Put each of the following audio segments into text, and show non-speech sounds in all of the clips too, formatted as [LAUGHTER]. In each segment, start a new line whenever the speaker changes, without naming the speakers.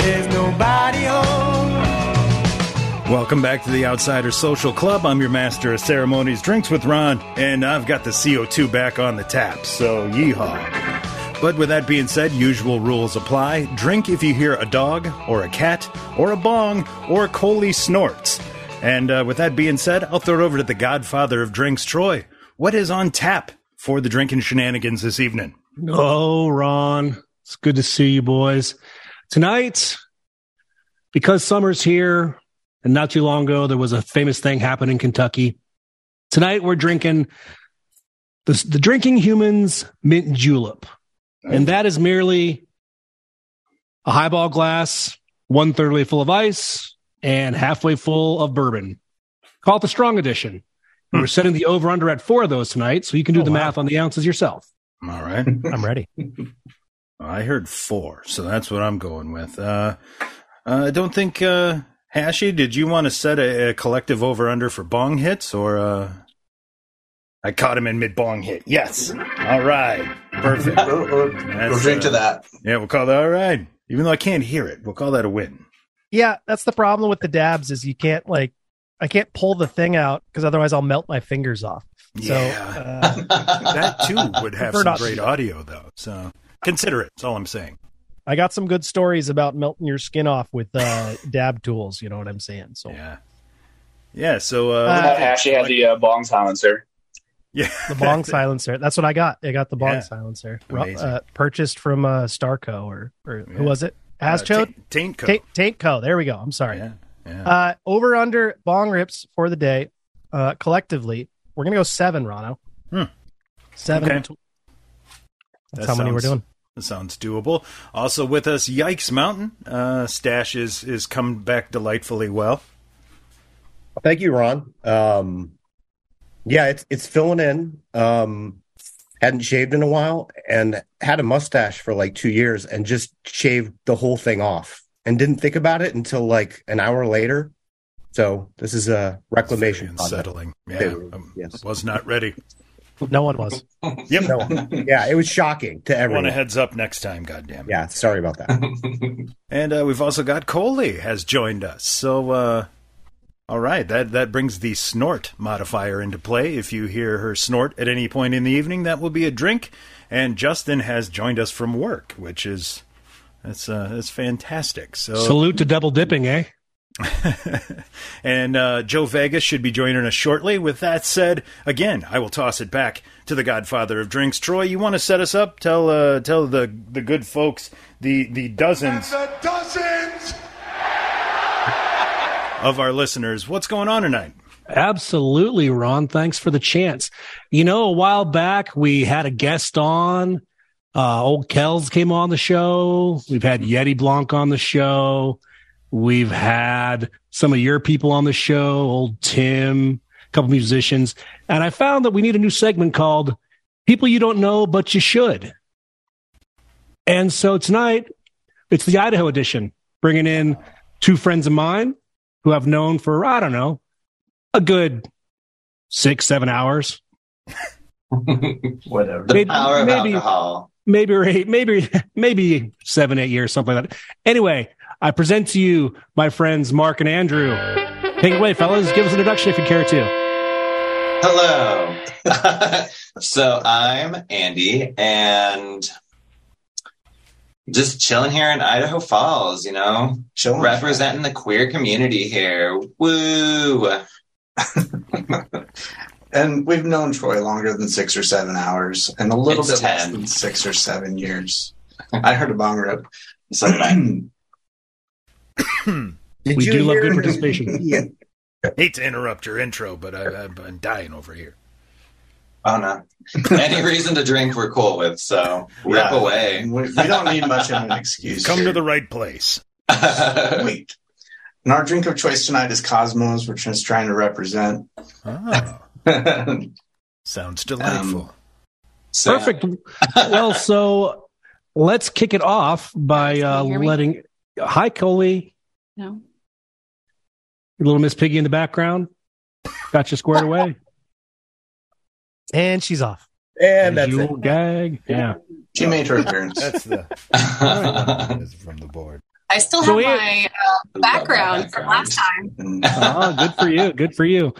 There's nobody home.
Welcome back to the Outsider Social Club. I'm your master of ceremonies, drinks with Ron, and I've got the CO2 back on the tap, so yeehaw. But with that being said, usual rules apply. Drink if you hear a dog, or a cat, or a bong, or Coley snorts. And uh, with that being said, I'll throw it over to the godfather of drinks, Troy. What is on tap for the drinking shenanigans this evening?
Oh, Ron, it's good to see you, boys. Tonight, because summer's here, and not too long ago, there was a famous thing happened in Kentucky. Tonight, we're drinking the, the Drinking Humans Mint Julep. And that is merely a highball glass, one third way full of ice and halfway full of bourbon. Call it the strong edition. We We're setting the over under at four of those tonight, so you can do the math on the ounces yourself.
All right.
I'm ready.
I heard four, so that's what I'm going with. Uh, uh, I don't think uh, Hashi. Did you want to set a, a collective over under for bong hits, or uh, I caught him in mid bong hit? Yes. All right. Perfect.
We'll, we'll- we'll drink to that.
uh, Yeah, we'll call that all right. Even though I can't hear it, we'll call that a win.
Yeah, that's the problem with the dabs is you can't like I can't pull the thing out because otherwise I'll melt my fingers off. So
Yeah.
uh,
That
[LAUGHS]
too would have
Prefer
some
not
great
to.
audio, though. So consider it. That's all I'm saying.
I got some good stories about melting your skin off with uh, dab tools. You know what I'm saying? So
Yeah. Yeah. So uh,
Uh,
Uh, Hashi had the uh, bong silencer.
yeah,
the bong silencer. That's what I got. I got the bong
Yeah.
silencer Ru-
Amazing.
uh, purchased from uh, Starco or or
Yeah.
who was it?
Uh,
Hascho?
Taint- Taint Co.
Taint, Taint Co. There we go. I'm sorry.
Yeah. Yeah.
Uh, over under bong rips for the day. Uh, collectively, we're gonna go seven, Rano.
Hmm.
Seven.
Okay.
Tw- That's
That
how many we're
sounds-
doing.
That Sounds doable. Also with us, Yikes Mountain. Uh, Stash is, is come back delightfully well.
Thank you, Ron. Um, yeah, it's it's filling in. Um, hadn't shaved in a while, and had a mustache for like two years, and just shaved the whole thing off, and didn't think about it until like an hour later. So this is a reclamation
Very
project.
unsettling. Yeah.
Very-
um,
yes.
Was not ready.
No one [LAUGHS] was.
Yep.
No, yeah, it was shocking to
I want a
everyone.
heads up next time, goddamn.
Yeah, sorry about that.
And uh, we've also got Coley has joined us. So, uh, all right, that, that brings the snort modifier into play. If you hear her snort at any point in the evening, that will be a drink. And Justin has joined us from work, which is that's uh, that's fantastic. [LAUGHS] So
Salute to double dipping, eh?
and uh, Joe Vegas should be joining us shortly. With that said, again, I will toss it back to the Godfather of drinks, Troy. You want to set us up? Tell uh, tell the the good folks, the the dozens
The dozens.
of our listeners, what's going on tonight?
Absolutely, Ron. Thanks for the chance. You know, a while back we had a guest on. Uh, old Kells came on the show. We've had Yeti Blanc on the show. We've had some of your people on the show, old Tim, a couple musicians. And I found that we need a new segment called People You Don't Know, But You Should. And so tonight, it's the Idaho edition, bringing in two friends of mine who I've known for, I don't know, a good six, seven hours,
Whatever.
The
Maybe-
power of
maybe-
alcohol.
maybe or eight, maybe [LAUGHS] maybe seven, eight years, something like that. Anyway, I present to you my friends Mark and Andrew. Take it away, fellas. Give us an introduction if you care to.
Hello. [LAUGHS] so I'm Andy, and just chilling here in Idaho Falls. You know,
Chilling.
representing the queer community here. Woo! Oh,
And we've known Troy longer than six or seven hours, and a little
It's
bit less
10.
than six or seven years. I heard a bong rip.
So did I.
[COUGHS]
Did
We
you
do love
hear-
[LAUGHS]
good participation.
yeah.
Hate to interrupt your intro, but I, I've been dying over here.
Oh
[LAUGHS]
no! Any reason to drink, we're cool with. So rip
Yeah.
away. [LAUGHS]
We, we don't need much of an excuse. [LAUGHS]
Come
here.
to the right place.
wait. And our drink of choice tonight is Cosmos, which is trying to represent. [LAUGHS]
Ah, sounds delightful.
Um,
So-
Perfect.
[LAUGHS]
well, so let's kick it off by uh,
Can you hear me?
letting. Hi, Coley.
No.
Little Miss Piggy in the background. Got you squared away.
[LAUGHS] And she's off.
And that's
you
it.
old gag. Yeah.
She made her appearance. [LAUGHS]
That's the that's from the board.
I still have
So we-
my uh, background from last time.
And
Oh, good for you. Good for you.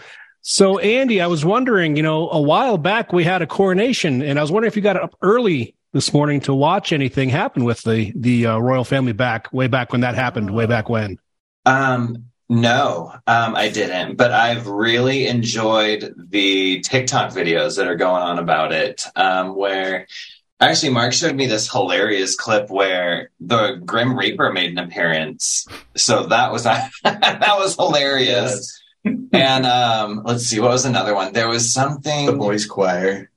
So, Andy, I was wondering, you know, a while back we had a coronation, and I was wondering if you got up early this morning to watch anything happen with the the uh, royal family back way back when that happened, way back when.
Um, no, um, I didn't. But I've really enjoyed the TikTok videos that are going on about it. Um, where actually Mark showed me this hilarious clip where the Grim Reaper made an appearance. So that was [LAUGHS] that was hilarious.
[LAUGHS]
and um, let's see, what was another one? There was something.
the boys' choir.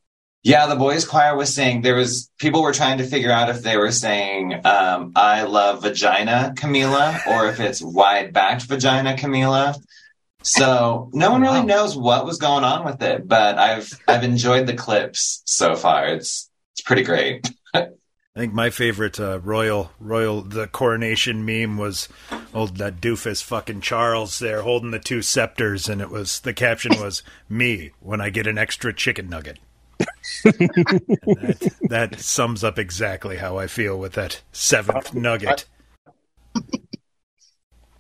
Yeah, the boys' choir was saying there was people were trying to figure out if they were saying um, "I love vagina, Camila" or if it's "wide backed vagina, Camila." So no one really knows what was going on with it, but I've I've enjoyed the clips so far. It's it's pretty great.
I think my favorite uh, royal royal the coronation meme was old that doofus fucking Charles there holding the two scepters and it was the caption was me when I get an extra chicken nugget. And that, that sums up exactly how I feel with that seventh
Uh,
nugget.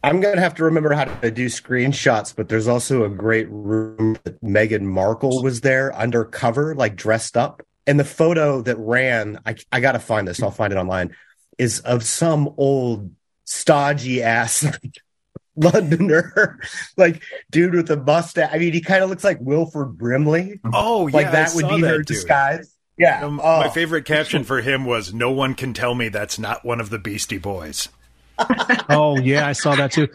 I'm gonna have to remember how to do screenshots, but there's also a great room that Meghan Markle was there undercover, like dressed up. And the photo that ran, I, I gotta find this. I'll find it online. Is of some old stodgy ass like, [LAUGHS] Londoner, like dude with a mustache. I mean, he kind of looks like Wilford Brimley.
Oh, yeah,
Like
I
that would
saw
be her
dude.
disguise. Yeah.
Um,
Oh.
My favorite caption for him was "No one can tell me that's not one of the Beastie Boys."
Oh yeah, I saw that too.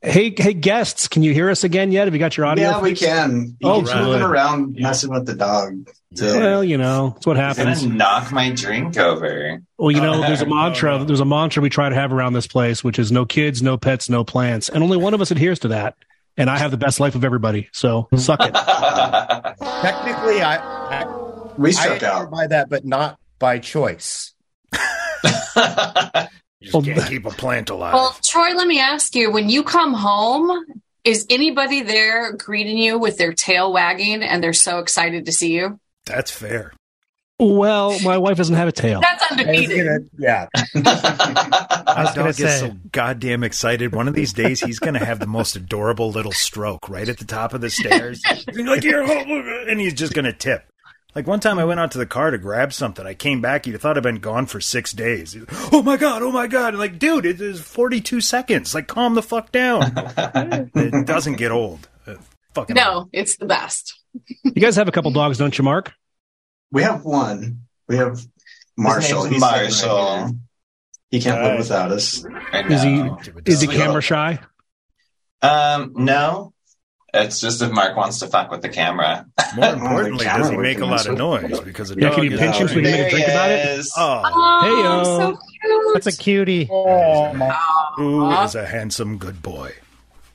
Hey, hey, guests, can you hear us again yet? Have you got your audio?
yeah, we can. You
Oh,
keeps moving
good.
around, messing with the dog. So,
Well, you know, it's what
I'm gonna
happens.
knock my drink over.
Well,
Oh,
you know, there's a mantra.
No, no.
There's a mantra we try to have around this place, which is no kids, no pets, no plants, and only one of us adheres to that. And I have the best life of everybody, so suck
[LAUGHS]
it.
Technically, I
we
I
struck
out
out.
by that, but not by choice.
[LAUGHS]
You
Well,
just can't keep a plant alive.
Well, Troy, let me ask you: When you come home, is anybody there greeting you with their tail wagging and they're so excited to see you?
that's fair.
Well, my wife doesn't have a tail.
That's
I was
undefeated.
gonna- yeah.
I
[LAUGHS]
was
My
gonna
dog gets
say
so goddamn excited. One of these days, he's going to have the most adorable little stroke right at the top of the stairs. He's like, "Here," and he's just going to tip. Like one time, I went out to the car to grab something. I came back. You thought I'd been gone for six days. He's, oh my god! Oh my god! And like, dude, it is forty-two seconds. Like, calm the fuck down. it doesn't get old. Uh, fucking
No, it's the best.
You guys have a couple dogs, don't you, Mark?
We have one. We have Marshall.
name's
He's sitting right
Marshall.
here. he can't
Right.
live without us.
I
Is he-
know.
Is he
Sweet.
camera shy?
Um, no. It's just if Mark wants to fuck with the camera. [LAUGHS]
More importantly, does he make a lot of noise? Because a
Yeah,
dog
can you
is
pinch him so we can
already-
make a drink about it?
Oh.
Oh,
Oh, so cute.
That's a cutie.
who is a handsome good boy?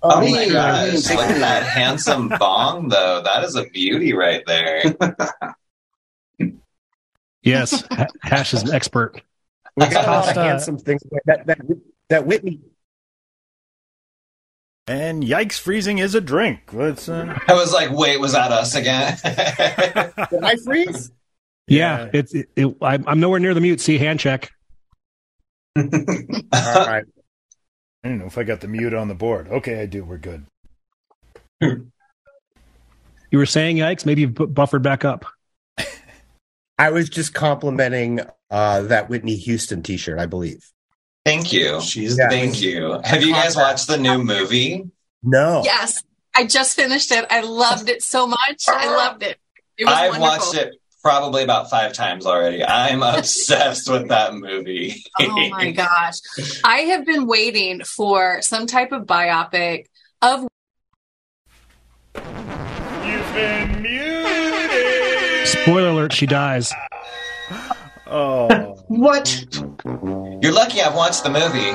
Oh,
Oh, my
Oh, yeah.
gosh.
Yeah.
Look at that handsome bong, though. That is a beauty right there.
[LAUGHS]
Yes, Ha- Hash is an expert.
We got a lot of
Costa.
handsome things. That that that Whitney.
And yikes, freezing is a drink. Let's. Uh...
I was like, wait, was that us again?
Did I freeze?
Yeah, it's. It, it, I'm I'm nowhere near the mute. See hand check.
All
I
right.
don't know if I got the mute on the board. Okay, I do. We're good.
You were saying yikes. Maybe you've bu- buffered back up.
I was just complimenting uh, that Whitney Houston T-shirt, I believe.
Thank you.
She's
Yeah.
Thank you. Have you
[LAUGHS]
guys watched the new movie? Oh.
No,
Yes, I just finished it. I loved it so much. I loved it. It was
I've
wonderful.
watched it probably about five times
[LAUGHS]
already. I'm obsessed with that movie. [LAUGHS]
oh my gosh. I have been waiting for some type of biopic of
Spoiler alert: she dies.
Oh,
You're lucky I've watched the movie.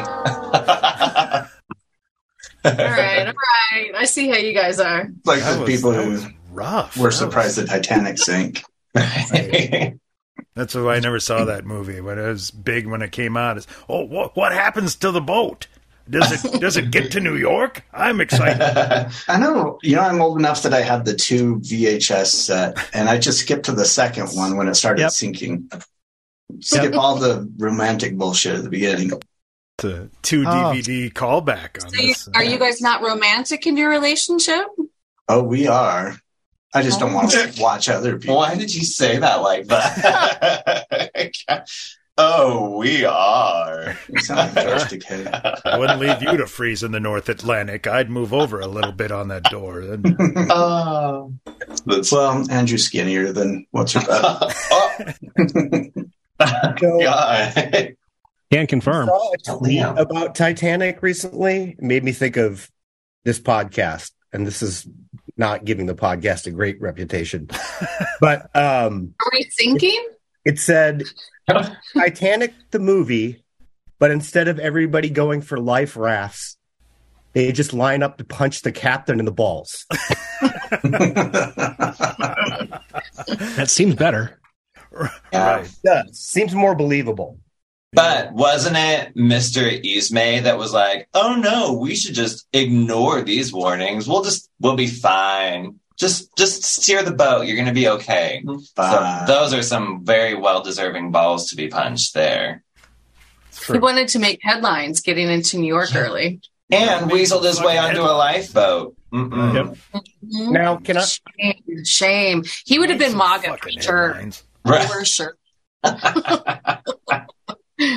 All right, all right. I see how you guys are.
Like
That
the
was-
people
that
who
was rough.
were
That
surprised the Titanic sank.
That's why I never saw that movie. When it was big when it came out, is oh, what what happens to the boat? Does it does it get to New York? I'm excited.
I know, you know, I'm old enough that I had the two VHS set, and I just skipped to the second one when it started
Yep.
sinking. Skip all the romantic bullshit at the beginning.
The two
Oh.
DVD callback on
So you,
this.
are you guys not romantic in your relationship?
Oh, we are. I just
[LAUGHS]
don't want to watch other people.
Why did you say that like that? oh, we are.
You sound like George Takei.
I wouldn't leave you to freeze in the North Atlantic. I'd move over a little bit on that door. Then
Oh. That's,
[LAUGHS] Well, Andrew's skinnier than what's
[LAUGHS]
her
oh, [LAUGHS] God.
Can confirm.
saw a tweet
Damn.
about Titanic recently. It made me think of this podcast, and this is not giving the podcast a great reputation, but um,
Are we thinking?
it said Titanic the movie, but instead of everybody going for life rafts, they just line up to punch the captain in the balls.
[LAUGHS] That seems better.
right.
Yeah, seems more believable.
But wasn't it Mr. Ismay that was like, "Oh no, we should just ignore these warnings. We'll just we'll be fine. Just just steer the boat. You're going to be okay." So
Mm-hmm. Fine.
those are some very well-deserving balls to be punched there.
He wanted to make headlines getting into New York early.
And weaseled his way onto a lifeboat. Mm-mm.
Yep.
Mhm.
Now, can I?
Shame, shame. He would have been MAGA for
Fucking
sure.
headlines.
Right.
For
[LAUGHS]
sure.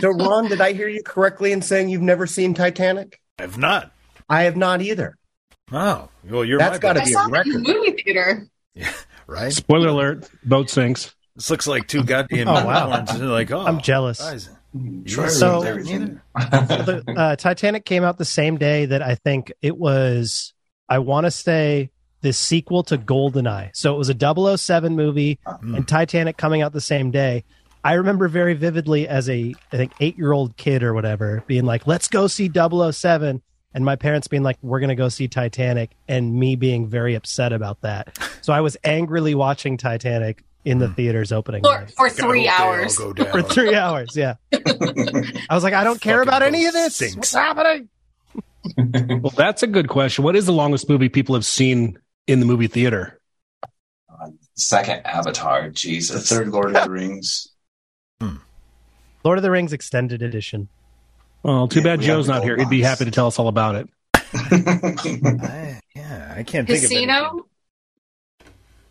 So, Ron, did I hear you correctly in saying you've never seen Titanic?
I've not.
I have not either.
Wow. oh, Well, you're
That's
my
gotta
I
bad.
be a
saw it in the
record.
movie theater.
right.
Spoiler alert: boat sinks.
This looks like two goddamn
Oh, wow.
unicorns. They're like, oh,
I'm jealous.
guys,
George
So-
knows everything.
So the uh, Titanic came out the same day that I think it was. I want to say the sequel to Goldeneye. So it was a 007 movie and Titanic coming out the same day. I remember very vividly as a I think eight year old kid or whatever being like, "Let's go see 007. and my parents being like, "We're gonna go see Titanic," and me being very upset about that. So I was angrily watching Titanic in the theater's opening
For,
night.
for
God,
three
I hope they all
hours.
go [LAUGHS] down.
for three hours. Yeah, I was like, "I don't care
Fucking
about any of
boat
this.
sinks.
What's happening?"
[LAUGHS] Well, that's a good question. What is the longest movie people have seen in the movie theater?
Second Avatar,
The
Jesus.
third Lord of
[LAUGHS]
the Rings.
Lord of the Rings extended edition.
Well, too
Yeah,
bad
we have
Joe's
the
not
gold
here. He'd be
box.
happy to tell us all about it.
[LAUGHS] I, yeah, I can't think of anything.
Casino?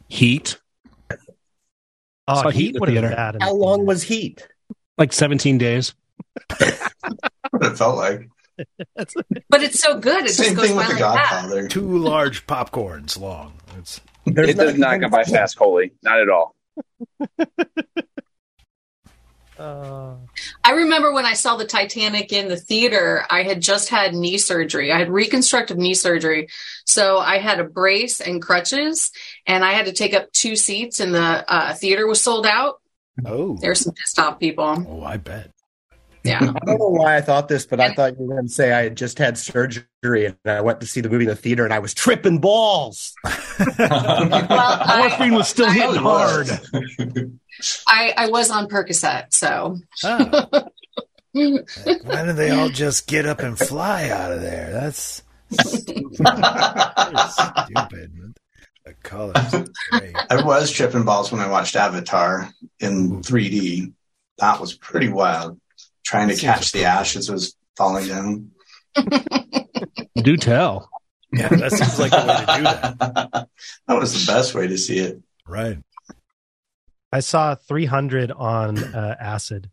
Heat,
Oh,
Saw Heat in
Heat
the
would have
theater.
been bad. in
How
the
long
theater.
was Heat?
like 17 days.
what it felt like.
[LAUGHS] But it's so good. It
Same
just goes
thing
by
with The
like that.
Godfather.
Two large popcorns long. It's
There's
it does not go by fast, Coley. [LAUGHS] Not at all.
Uh,
I remember when I saw the Titanic in the theater, I had just had knee surgery. I had reconstructive knee surgery. So I had a brace and crutches, and I had to take up two seats, and the uh, theater was sold out.
oh,
There's some pissed off people.
oh, I bet.
Yeah.
I don't know why I thought this, but I thought you were going to say I had just had surgery and I went to see the movie in the theater and I was tripping balls.
Well, I,
Morphine was still
I-
hitting hard.
I, I was on Percocet, so.
Ah. Why do they all just get up and fly out of there? That's stupid. The colors. are great.
[LAUGHS] I was tripping balls when I watched Avatar in 3D. That was pretty wild. Trying to catch the ash as it was falling down.
Do tell.
Yeah, that seems like a way to do that.
[LAUGHS] That was the best way to see it.
Right.
I saw 300 on uh, acid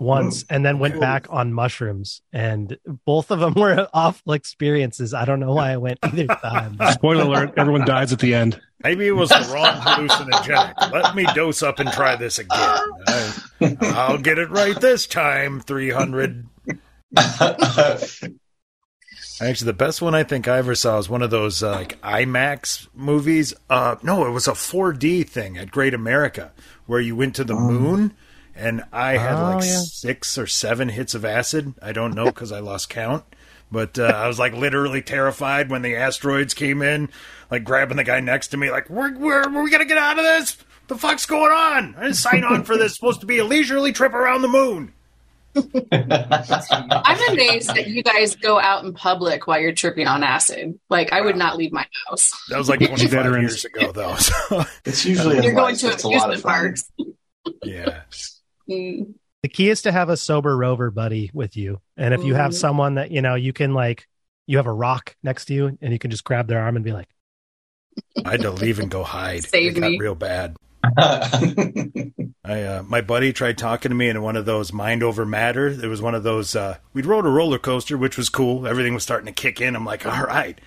once, and then went back on mushrooms, and both of them [LAUGHS] were awful experiences. I don't know why I went either time.
[LAUGHS] Spoiler alert: everyone dies at the end.
Maybe it was the wrong hallucinogenic. Let me dose up and try this again. I, I'll get it right this time. Three hundred. Actually, the best one I think I ever saw was one of those uh, like IMAX movies. Uh, no, it was a 4D thing at Great America where you went to the moon, and I had
Oh,
like
yeah.
six or seven hits of acid. I don't know because I lost count. But uh, I was like literally terrified when the asteroids came in, like grabbing the guy next to me, like, we're, we're, we're going to get out of this? The fuck's going on? I didn't sign on for this. It's supposed to be a leisurely trip around the moon.
[LAUGHS] I'm amazed that you guys go out in public while you're tripping on acid. Like, I would not leave my house. [LAUGHS]
That was like 25 years ago, though. [LAUGHS] So.
It's usually in
You're going
life,
to
it's a lot
amusement
of fun.
parks.
Yeah.
[LAUGHS] Mm.
the key is to have a sober rover buddy with you and if you have
Mhm.
someone that you know you can like you have a rock next to you and you can just grab their arm and be like
I had to leave and go hide.
[LAUGHS] Save
it got
me.
real bad. I, uh, my buddy tried talking to me in one of those mind over matter. It was one of those. Uh, we rode a roller coaster, which was cool. Everything was starting to kick in. I'm like, all right.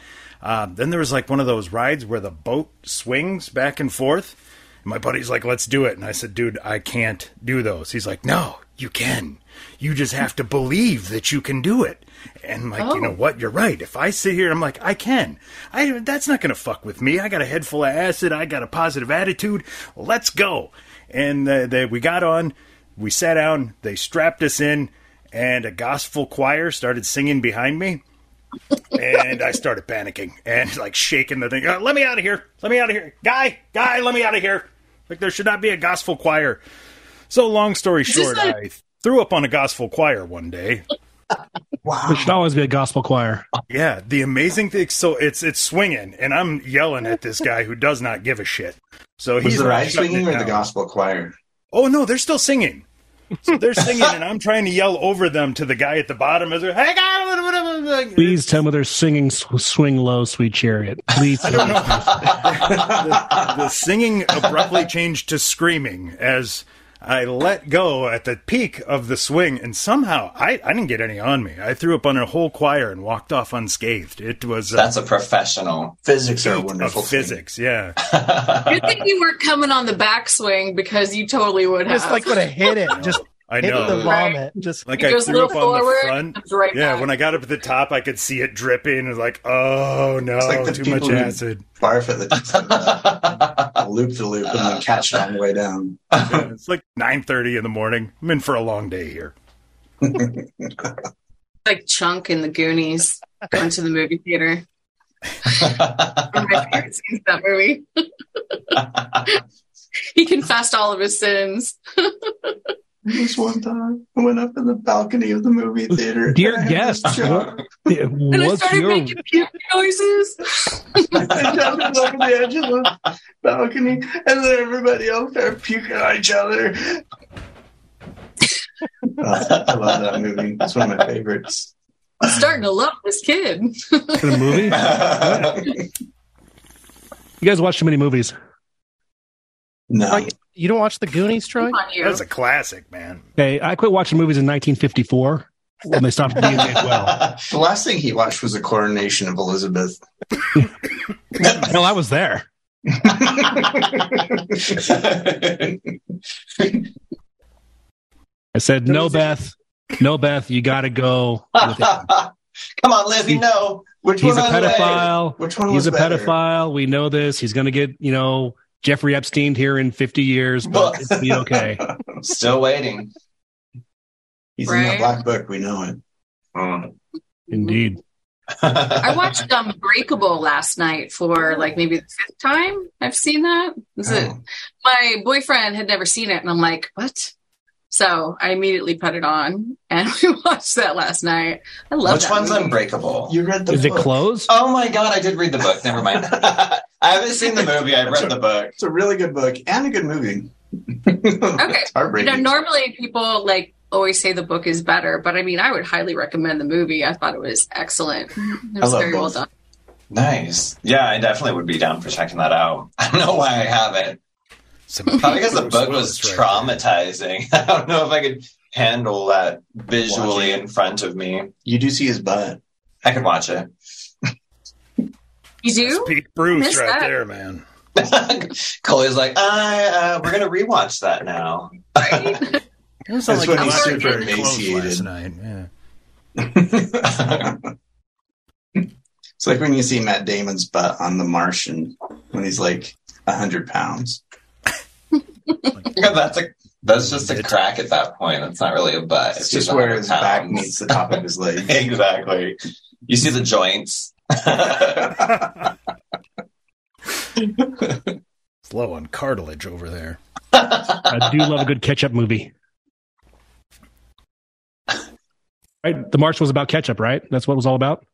Um, then there was like one of those rides where the boat swings back and forth. And my buddy's like, let's do it. And I said, dude, I can't do those. He's like, no, you can. You just have to believe that you can do it. And I'm like, you know
Oh.
what? You're right. If I sit here, I'm like, I can. I that's not gonna fuck with me. I got a head full of acid. I got a positive attitude. Let's go. And uh, they, we got on. We sat down. They strapped us in, and a gospel choir started singing behind me and I started panicking and like shaking the thing. Uh, let me out of here! Let me out of here, guy, guy! Let me out of here! Like there should not be a gospel choir. So long story short, I
that-
threw up on a gospel choir one day.
There should always be a gospel choir.
Yeah, the amazing thing. So it's it's swinging, and I'm yelling at this guy who does not give a shit. So he's
Was the
like,
ride
shutting
swinging
it
or the
down.
gospel choir?
Oh no, they're still singing. So they're singing, and I'm trying to yell over them to the guy at the bottom. As they're, hey, God,
Please tell me they're singing sw- "Swing Low, Sweet Chariot." Please,
[LAUGHS]
tell me.
the singing abruptly changed to screaming as I let go at the peak of the swing, and somehow I, I didn't get any on me. I threw up on a whole choir and walked off unscathed. It was uh,
That's a professional.
Physics are a
feat
wonderful.
of
thing. [LAUGHS]
physics, yeah.
Good thing you weren't coming on the backswing because you totally would have.
just like would have hit it just
I
hit the
know.
vomit just
Like
It
I
goes a
threw
little
up on the
forward,
front.
comes right
yeah,
back.
when I got up at the top, I could see it dripping. It was like, oh no,
It's like the
too much
people who-
acid.
Barf at the
[LAUGHS]
loop the [LAUGHS] loop and then catch it on the way down.
Yeah, it's like nine thirty in the morning. I'm in for a long day here.
like Chunk in the Goonies going to the movie theater. One of my favorite scenes of that movie. [LAUGHS] he confessed all of his sins.
This one time, I went up in the balcony of the movie theater.
Dear
and I had [LAUGHS]
guest,
this jar.
It-
And I
what's
started
your
making puke noises.
I jumped over the edge of the balcony, and then everybody else started [LAUGHS] puking on each other. I love that movie. It's one of my favorites.
I'm starting to love this kid.
in a
[LAUGHS]
movie? You guys watch too many movies.
no,
you don't watch the goonies troy
Come on you.
That's a classic, man.
Hey, I quit watching movies in 1954 when they stopped being made well.
the last thing he watched was the coronation of Elizabeth.
[LAUGHS] Well, I was there. I said, "No, Beth, no, Beth, you got to go." With it.
[LAUGHS]
Come on, Lizzie. No, which
He's a
one was it?
pedophile.
Which one
He's
was
a
better?
pedophile. We know this. He's going to get, you know, Jeffrey Epstein here in 50 years, but it'll be okay.
Still waiting.
He's in
Right.
the black book. We know it.
Indeed.
I watched um, Breakable last night for like maybe the fifth time I've seen that. [LAUGHS] Is it?
Oh.
My boyfriend had never seen it, and I'm like, what? So I immediately put it on, and [LAUGHS] we watched that last night. I love
Which
that
one's
movie.
Unbreakable?
You read the
Is it
book.
closed?
Oh my god, I did read the book. Never
[LAUGHS]
mind. I haven't seen the movie. I read the book.
It's a really good book and a
[LAUGHS]
good movie.
Okay.
It's
You know,
heartbreaking.
normally people like always say the book is better, but I mean, I would highly recommend the movie. I thought it was excellent. It was
love
very well
both.
done.
Nice. Yeah, I definitely would be down for checking that out. [LAUGHS] I don't know why I haven't.
Some
Probably because the
Bruce
book was
Willis right
traumatizing. [LAUGHS] I don't know if I could handle that visually in front of me.
you do see his butt.
I could watch it.
You
That's
do?
Pete Bruce
Missed
right
that.
[LAUGHS]
there, man.
Chloe's like, I, uh, we're gonna rewatch that now.
Right?
That's
like
when he's
a lot
super
of
Last
emaciated.
night, yeah.
it's like when you see Matt Damon's butt on The Martian when he's like hundred pounds.
[LAUGHS] Yeah, that's a that's just a
Bit.
crack at that point. That's not really a butt.
It's
It's
just
a
where his
pound. [LAUGHS]
back meets the top of his leg.
exactly. You see the joints.
It's low on cartilage over there.
I do love a good catch up movie. Right, the march was about ketchup, right? That's what it was all about.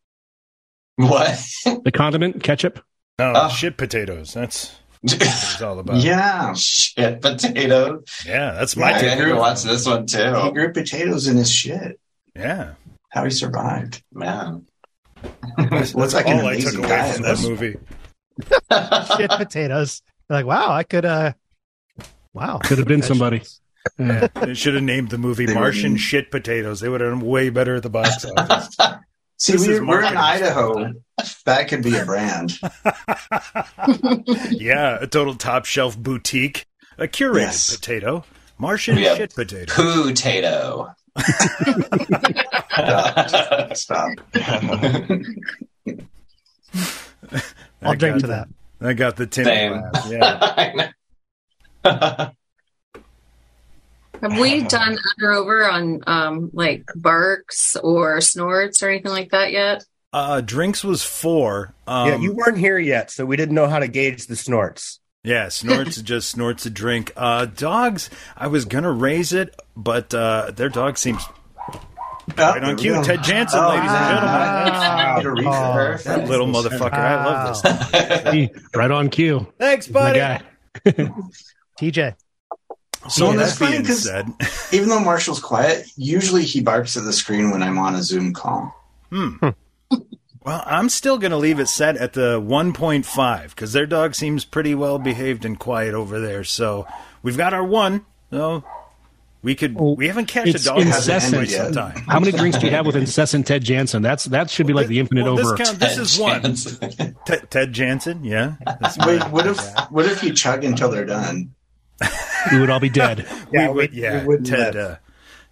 What?
The condiment ketchup.
No,
Ah.
shit potatoes.
[LAUGHS]
That's what it's all about.
yeah.
Shit, potato.
Yeah, that's my
My I
take.
need to watch this one
He
too.
grew potatoes in his shit.
Yeah.
How he survived.
Man.
That's,
Looks like an
all I took
amazing
away
diet,
from that
that's-
movie.
shit potatoes. You're like, wow, I could. uh Wow,
Could have been somebody. Yeah.
They should have named the movie
They
Martian
wouldn't.
Shit Potatoes. They would have done way better at
[LAUGHS]
the box office.
See,
This is
we're, we're in
marketing.
Idaho. That could be a brand.
yeah, a total top shelf boutique, a curated
Yes.
potato, Martian
Yeah.
Shit Potato. [LAUGHS]
Potato.
[LAUGHS] Stop.
I'll
I
drink
got
to that.
The, I got the tin
Same.
glass. Yeah.
I know.
Have we done under over on um, like barks or snorts or anything like that yet?
[LAUGHS]
Uh, drinks was four. Um,
yeah, you weren't here yet, so we didn't know how to gauge the snorts.
Yeah, snorts just snorts a drink. Uh, dogs, I was gonna raise it, but uh, their dog seems right on cue. Ted Jansen,
Oh,
ladies and
wow.
gentlemen, Ah.
Wow.
that little motherfucker. I love this.
right
[LAUGHS]
on cue.
Thanks,
My
buddy.
guy.
TJ.
So
Yeah,
that's
that's funny
being
'cause-
said,
[LAUGHS] Even though Marshall's quiet, usually he barks at the screen when I'm on a Zoom call.
hmm. Well, I'm still gonna leave it set at the 1.5 because their dog seems pretty well behaved and quiet over there. So we've got our one. So we could.
Oh,
we haven't catched a
it's
dog in
incessant.
quite some time.
How many drinks do you have with incessant Ted Jansen? That's that should be like the infinite
Well,
over.
This, count- this is one.
[LAUGHS]
Ted Ted Jansen, yeah. That's my-
Wait, what if what if you chug until they're done?
we would all
[LAUGHS]
be dead.
Yeah,
we would, yeah.
we wouldn't
Ted,
live.
uh,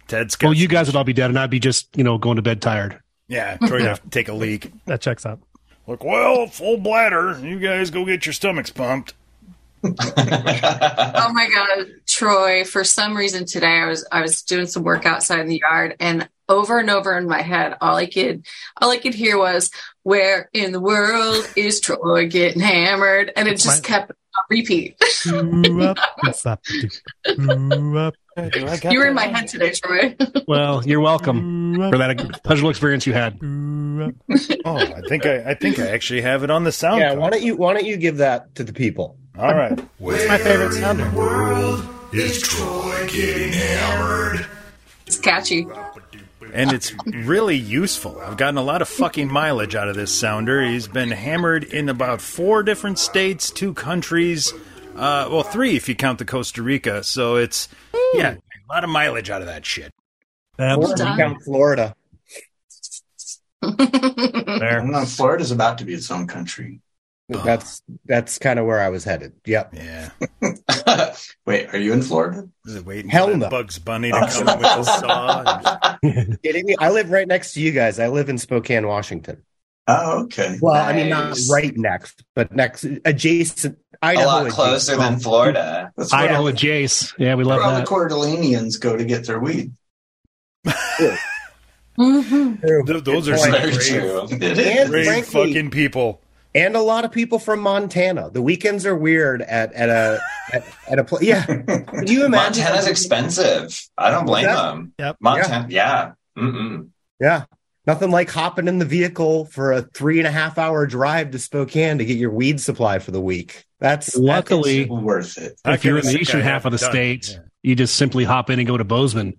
Ted's got
well, you guys would all be dead, and I'd be just you know going to bed tired.
yeah, Troy would have to take a leak.
That checks out.
Like, well, full bladder. You guys go get your stomachs
[LAUGHS]
pumped.
Oh my god, Troy! For some reason today, I was I was doing some work outside in the yard, and over and over in my head, all I could all I could hear was "Where in the world is Troy getting hammered?" And it
That's
just
my-
kept on repeat. [LAUGHS]
Ooh, up, it's up, ooh, up,
you were in my head today, Troy. [LAUGHS]
Well, you're welcome
ooh,
Mm,
up,
for
uh,
that pleasurable experience you had.
ooh, up.
Oh, I think I, I think I actually have it on the sound.
Yeah,
card.
why don't you why don't you give that to the people?
All right. It's my favorite sounder.
It's catchy.
And it's really useful. I've gotten a lot of fucking mileage out of this sounder. He's been hammered in about four different states, two countries, uh, well, three if you count the Costa Rica. So it's, yeah, a lot of mileage out of that shit.
Or
done.
count
[LAUGHS]
Florida.
I
There.
don't know. Florida's about to be its own country.
That's that's kind of where I was headed. Yep.
Yeah.
[LAUGHS] Wait, are you in Florida?
Is it waiting
Hell
for that
no.
Bugs Bunny to come with the
[LAUGHS]
saw?
Kidding me? I live right next to you guys. I live in Spokane, Washington.
Oh, okay.
Well, I mean not
Nice.
right next, but next adjacent
A
Idaho
lot
adjacent.
closer than Florida.
[LAUGHS] That's where,
Idaho with Jace. Yeah, we love
where all the
that.
Coeur d'Aleneans go to get their weed.
Mhm.
Th- those are some
Very
great, [LAUGHS]
true.
And
great
frankly,
fucking people.
and a lot of people from Montana. The weekends are weird at at a at, at a place. Yeah, Could you imagine?
Montana's expensive. I don't blame
Yeah.
them.
Yep.
Montana, yeah. Mm-mm.
Yeah, nothing like hopping in the vehicle for a three and a half hour drive to Spokane to get your weed supply for the week. That's
Luckily,
It's worth it.
I
if you're in
kinda
the
think
eastern
I
half
have
of the
done-
state,
yeah.
you just simply hop in and go to Bozeman,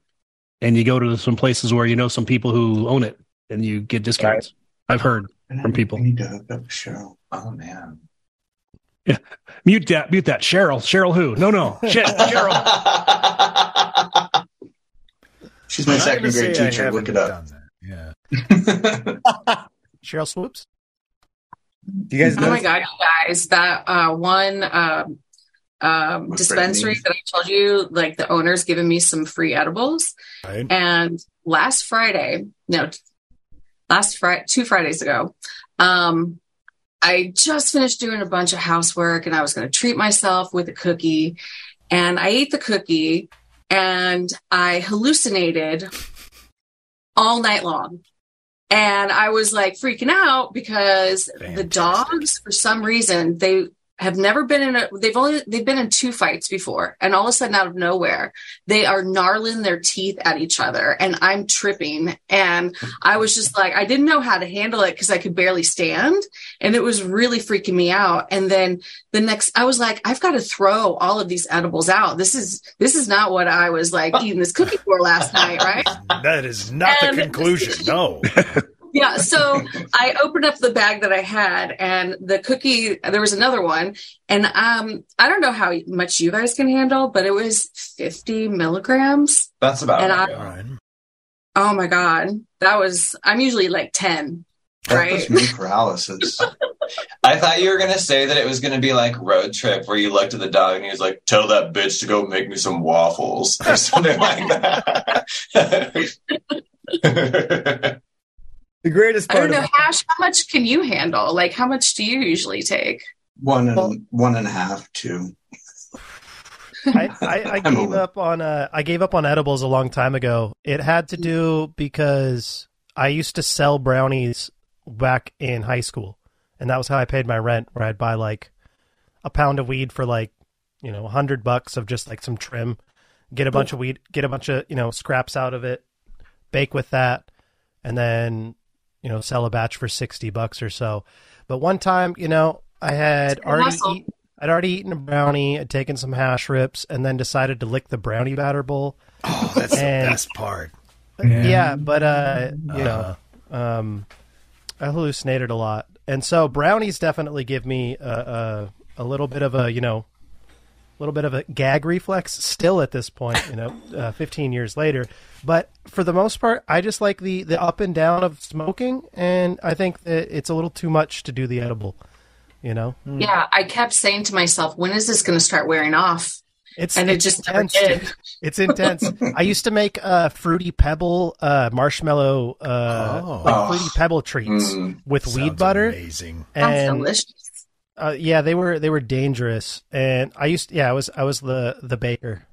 and you go to some places where you know some people who own it, and you get discounts. I've heard. From people.
We need to hook up a show.
Oh man.
Mute that. Mute that. Cheryl. Cheryl. Who? No. No. Shit. Cheryl.
[LAUGHS] She's my
I'm not
second
gonna
grade
say I
teacher. Look
haven't
it up.
done that. Yeah.
Cheryl Swoops.
Do you guys
Oh
know?
my god, you guys! That uh, one um, um,
With
dispensary
Brittany.
that I told you, like the owner's giving me some free edibles,
Right.
and last Friday, no, t- last Friday, two Fridays ago, um, I just finished doing a bunch of housework, and I was going to treat myself with a cookie, and I ate the cookie, and I hallucinated all night long. And I was like freaking out because the dogs, for some reason, they have never been in a they've only they've been in two fights before and all of a sudden out of nowhere they are gnarling their teeth at each other and i'm tripping and i was just like i didn't know how to handle it because i could barely stand and it was really freaking me out and then the next i was like i've got to throw all of these edibles out this is this is not what i was like eating this cookie for
[LAUGHS]
last night right
That is not
And-
the conclusion. No.
yeah so i opened up the bag that i had and the cookie there was another one and um i don't know how much you guys can handle but it was 50 milligrams
That's about
And
right.
I- oh my god that was i'm usually like 10 right
That's me paralysis.
[LAUGHS] I thought you were gonna say that it was gonna be like road trip where you looked at the dog and he was like, "Tell that bitch to go make me some waffles" [LAUGHS] or
[LAUGHS]
something like [LAUGHS] that.
The greatest
i don't
part
know
of
hash how much can you handle like how much do you usually take
One and one and a half, two.
I, I, [LAUGHS] I
I'm
gave
over.
up on uh, I gave up on edibles a long time ago. It had to do because I used to sell brownies back in high school, and that was how I paid my rent. Where I'd buy like a pound of weed for like you know a hundred bucks of just like some trim, get a bunch of weed, get a bunch of you know scraps out of it, bake with that, and then you know sell a batch for sixty bucks or so. But one time, you know, I had
It's a
already
hustle.
eat, I'd already eaten a brownie, had taken some hash rips, and then decided to lick the brownie batter bowl.
Oh, that's
And-
the best part. Uh-huh.
Yeah, but uh, you know, um, I hallucinated a lot, and so brownies definitely give me a, a, a little bit of a you know, a little bit of a gag reflex still at this point, you know, uh, 15 years later. But for the most part, I just like the the up and down of smoking, and I think that it's a little too much to do the edible. You know,
yeah i kept saying to myself when is this going to start wearing off
it's
and it
it's
just never
intense, dude.
did
It's intense. I used to make uh, fruity pebble uh, marshmallow uh,
Oh.
like fruity pebble treats
Mm.
with
Sounds
weed butter,
Amazing.
that's
and
delicious
uh, yeah, they were they were dangerous. And I used yeah, I was I was the the baker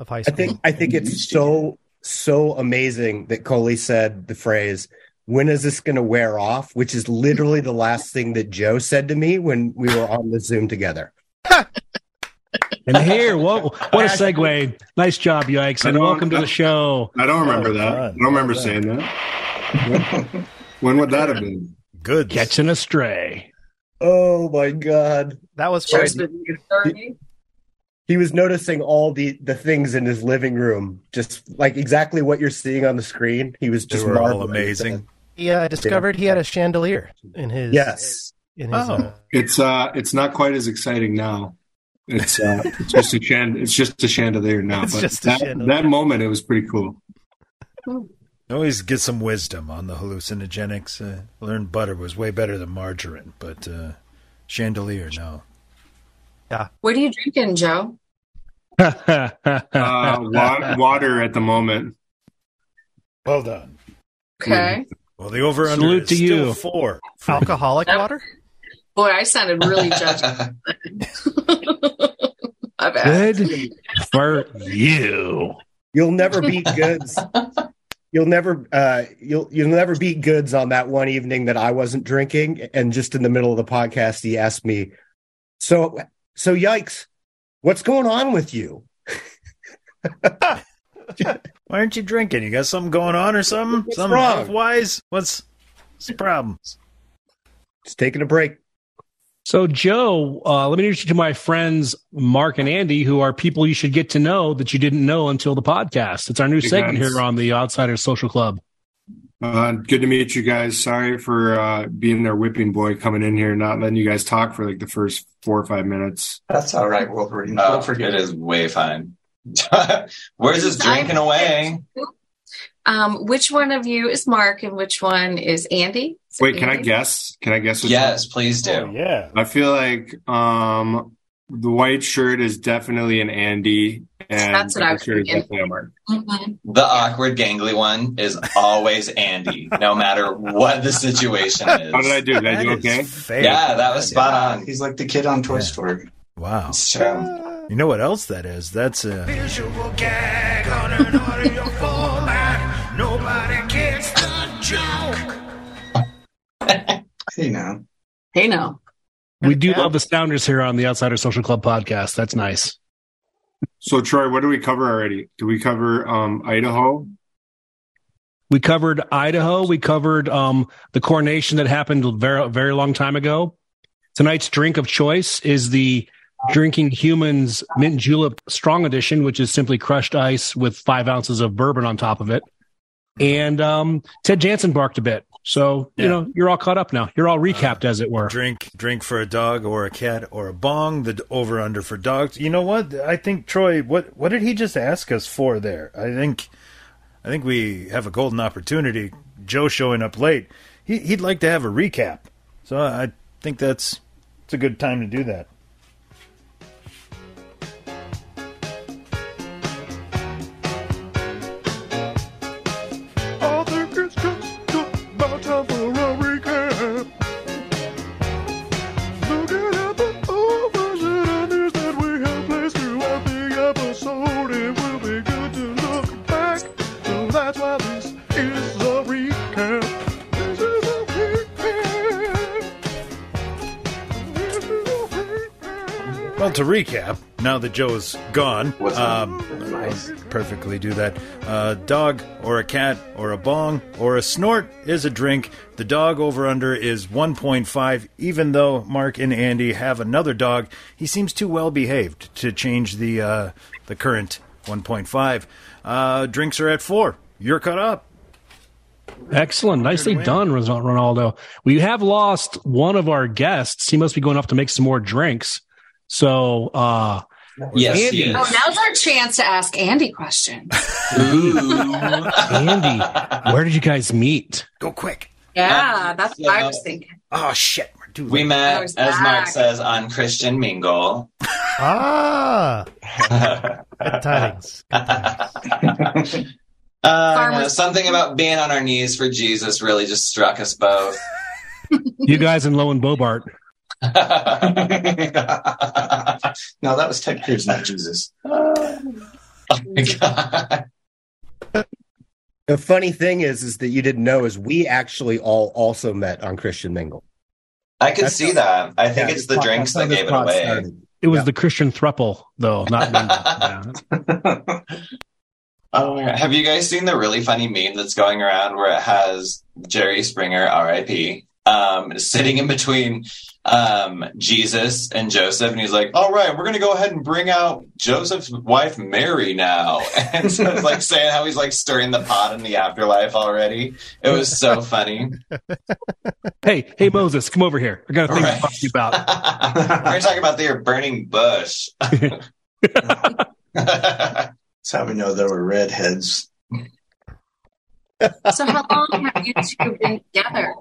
of high
I
school.
think I think it's so so amazing that Coley said the phrase when is this going to wear off which is literally the last thing that Joe said to me when we were on the Zoom together.
And here, whoa,
[LAUGHS]
what a segue. Nice job, Yikes. And welcome to the show.
I don't remember
Oh,
that.
God.
I don't remember saying that. when would that have been?
Good.
Catching a stray.
Oh my god.
that was
Sure,
fun.
it's been 30.
He was noticing all the the things in his living room just like exactly what you're seeing on the screen. He was
They
just
were all
marveling.
amazing.
He uh, discovered he had a chandelier in his
Yes.
in his.
Oh.
uh,
It's uh, it's not quite as exciting now. It's uh, it's just a chand- it's just a chandelier now.
It's
but
just a
that,
chandelier.
that moment, it was pretty
[LAUGHS]
cool.
Always get some wisdom on the hallucinogenics. Uh, learned butter was way better than margarine, but uh, chandelier, no.
what are you drinking joe
Uh,
[LAUGHS]
wa- water at the moment.
Well done.
Hmm.
okay
Well, the over under
Salute
is
to
still
you.
four.
Alcoholic water?
Boy, I sounded really judgmental. My bad. [LAUGHS]
Good for you.
You'll never beat goods. You'll never uh you'll you'll never beat goods on that one evening that I wasn't drinking and just in the middle of the podcast he asked me so so yikes what's going on with you
Why aren't you drinking? You got something going on or something?
What's
something
wrong?
health-wise? What's, what's the problem?
Just taking a break
So, Joe, uh, let me introduce you to my friends Mark and Andy, who are people you should get to know that you didn't know until the podcast. It's our new
Hey,
segment
guys.
here on the Outsiders Social Club.
Uh, good to meet you guys. Sorry for uh, being their whipping boy coming in here, and not letting you guys talk for like the first four or five minutes.
That's all right, Wolverine.
Oh,
Don't forget
it is way fine. We're just drinking away.
Um, which one of you is Mark and which one is Andy? Is it
Wait, can I
Andy?
guess? Can I guess? which one?
Yes, please do.
yeah.
I feel like um, the white shirt is definitely an Andy, and
That's what I
the
was
shirt is
thinking.
definitely a Mark.
Mhm.
The awkward, gangly one is always Andy, no matter what the situation is.
How did I do? Did I do
That is
okay?
fair.
Yeah, that was spot
Yeah,
on.
He's like the kid Uh, on Toy
Yeah.
Story.
Wow.
It's true.
You know what else that is? That's uh,
Visual gag on an audio format. Nobody gets the joke.
Hey now.
Hey now.
We do love the sounders here on the Outsider Social Club podcast. That's nice.
So Troy, what do we cover already? Do we cover um, Idaho?
We covered Idaho. We covered um, the coronation that happened a very, very long time ago. Tonight's drink of choice is the Drinking Humans Mint Julep Strong Edition, which is simply crushed ice with five ounces of bourbon on top of it. And um, Ted Jansen barked a bit. So, you
Yeah.
know, you're all caught up now. You're all recapped, as it were.
Drink, drink for a dog or a cat or a bong. The over under for dogs. You know what? I think Troy. What what did he just ask us for there? I think, I think we have a golden opportunity. Joe showing up late. He, he'd like to have a recap. So I think that's it's a good time to do that.
I think it's just about time for a recap. Looking at the overs and unders that we have placed throughout the episode, it will be good to look back. So that's why this is a recap. This is a recap.
Well, to recap, now that Joe's gone, um, I'll perfectly do that. A dog or a cat or a bong or a snort is a drink. The dog over under is 1.5. Even though Mark and Andy have another dog, he seems too well behaved to change the uh, the current 1.5. Uh, drinks are at four. You're cut up.
Excellent. Nicely done, Ron- Ronaldo. We have lost one of our guests. He must be going off to make some more drinks. So, uh,
Yes, he
Andy,
is.
Oh, now's our chance to ask Andy
[LAUGHS]
questions.
Andy, where did you guys meet?
Go quick.
Yeah, that's what I was thinking.
Oh shit. We're too
We
I
late.
met,
was
as Mark
back.
says, on Christian Mingle.
Ah, good tidings.
Uh, no,
Farmers-
something about being on our knees for Jesus really just struck us both.
You guys in Lowen Bobart.
no, that was Ted
[LAUGHS]
Cruz, not Jesus.
Oh my God.
The funny thing is, is that you didn't know is we actually all also met on Christian Mingle.
I could
That's-
see that. I think
Yeah,
it's
this
the
pod-
drinks
that's
that
how this
gave it
pod
away.
started.
It was
Yeah.
the Christian thruple, though, not
[LAUGHS]
Mingle. Yeah.
Oh my God. Have you guys seen the really funny meme that's going around where it has Jerry Springer, RIP, um, sitting in between um, Jesus and Joseph? And he's like, all right, we're going to go ahead and bring out Joseph's wife, Mary, now. [LAUGHS] And so it's like saying how he's like stirring the pot in the afterlife already. It was so
[LAUGHS]
funny.
Hey, hey, Moses, come over here. I got a thing
Right.
to talk to you about.
[LAUGHS] we're talking about their burning bush.
That's how we know there were redheads. [LAUGHS]
So how long have you two been together?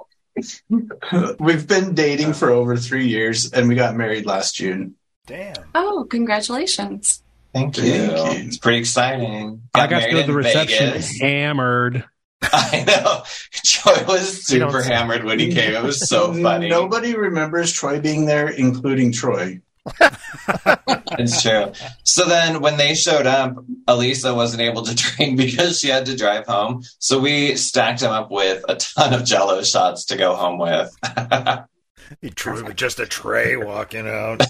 We've been dating for over three years, and we got married last June.
Damn.
Oh, congratulations.
Thank you.
Thank
[LAUGHS]
you.
It's pretty exciting.
I got to go
married
to the
in
reception
Vegas.
hammered.
I know. [LAUGHS] Troy was
You don't
super
say.
hammered when he
[LAUGHS]
came. It was
[LAUGHS]
so funny.
Nobody remembers Troy being there, including Troy.
It's true. So then when they showed up, Elisa wasn't able to [LAUGHS] drink because she had to drive home. So we stacked him up with a ton of jello shots to go home with. [LAUGHS]
Troy with just a tray
[LAUGHS]
walking out.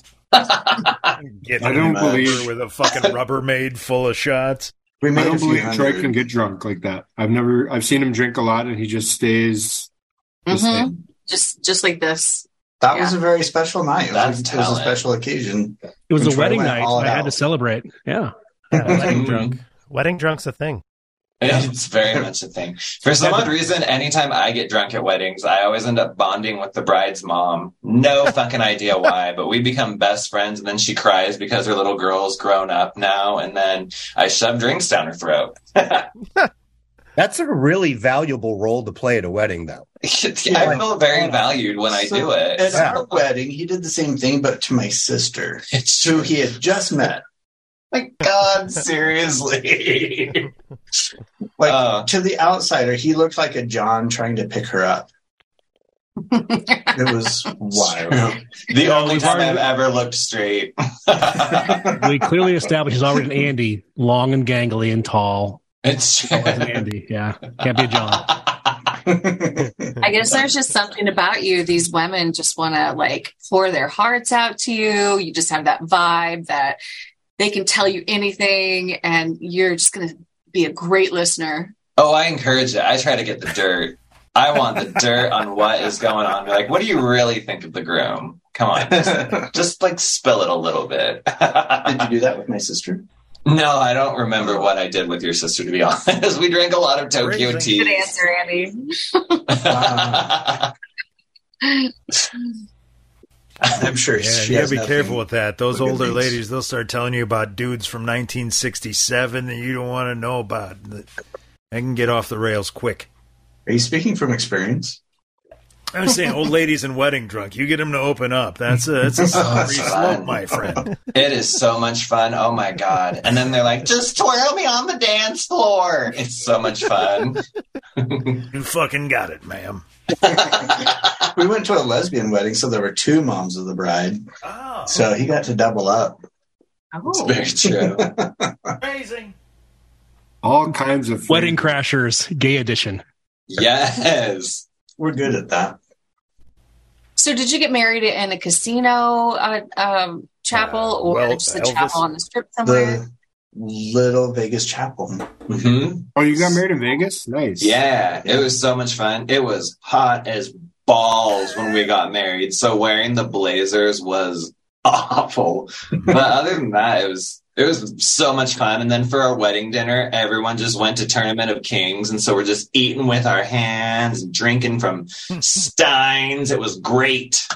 Getting
I don't
a rubber
believe-
with a fucking Rubbermaid full of shots.
We
I
made a
don't
few
believe Troy
hundred.
can get drunk like that. I've never I've seen him drink a lot and he just stays the
hmm
Mm-hmm.
same.
Just just like this.
That was a very special night. It was,
That's
it was
talent.
a special occasion.
It was
And
a
Troy
wedding
went
night.
all
I had
out.
to celebrate. Yeah.
Mm.
Wedding drunk's a thing.
It's very much a thing. For some odd reason, anytime I get drunk at weddings, I always end up bonding with the bride's mom. No fucking idea why, but we become best friends. And then she cries because her little girl's grown up now. And then I shove drinks down her throat.
That's a really valuable role to play at a wedding, though.
[LAUGHS] I feel very valued when I
So
do
At
it.
our wedding, he did the same thing, but to my sister,
It's
who he had just met.
My
[LAUGHS]
God, seriously.
Like
Uh.
to the outsider, he looked like a John trying to pick her up. It
[LAUGHS]
was wild.
the
No,
only
we've
time
already-
I've ever looked straight.
We clearly established he's already an Andy, long and gangly and tall.
it's
An Andy. Yeah. Can't be a John.
true.
I guess there's just something about you. These women just want to like pour their hearts out to you. You just have that vibe that they can tell you anything, and you're just going to be a great listener.
Oh, I encourage it. I try to get the dirt. I want the dirt on what is going on. Like, what do you really think of the groom? Come on, just, just like spill it a little bit. [LAUGHS]
Did you do that with my sister?
No, I don't remember what I did with your sister. To be [LAUGHS] honest, we drank a lot of Tokyo
Good
tea.
answer, Andy.
I'm sure
Yeah,
she
you gotta
has
be
nothing
careful with that. Those
but good
older
things.
ladies, they'll start telling you about dudes from 1967 that you don't want to know about. They can get off the rails quick.
Are you speaking from experience?
I'm saying old ladies and wedding drunk. You get them to open up. That's a
[LAUGHS]
that's a slippery
That's
slope,
fine.
my friend.
It is so much fun. Oh my god! And then they're like, [LAUGHS] "Just twirl me on the dance floor." It's so much fun.
You fucking got it, ma'am.
We went to a lesbian wedding, so there were two moms of the bride.
Oh,
So he got to double up.
Oh.
It's very true.
amazing.
All kinds of
Wedding Crashers Gay Edition.
[LAUGHS] Yes.
We're good at that.
So, did you get married in a casino uh, um, chapel
Uh,
or
well,
just a
Elvis-
chapel on the strip somewhere?
The Little Vegas Chapel.
hmm
Oh, you got married in Vegas? Nice.
Yeah, it was so much fun. It was hot as balls when we got married. So wearing the blazers was [LAUGHS] awful.
[LAUGHS]
But other than that, it was it was so much fun. And then for our wedding dinner, everyone just went to Tournament of Kings, and so we're just eating with our hands, drinking
[LAUGHS]
from steins. It was great.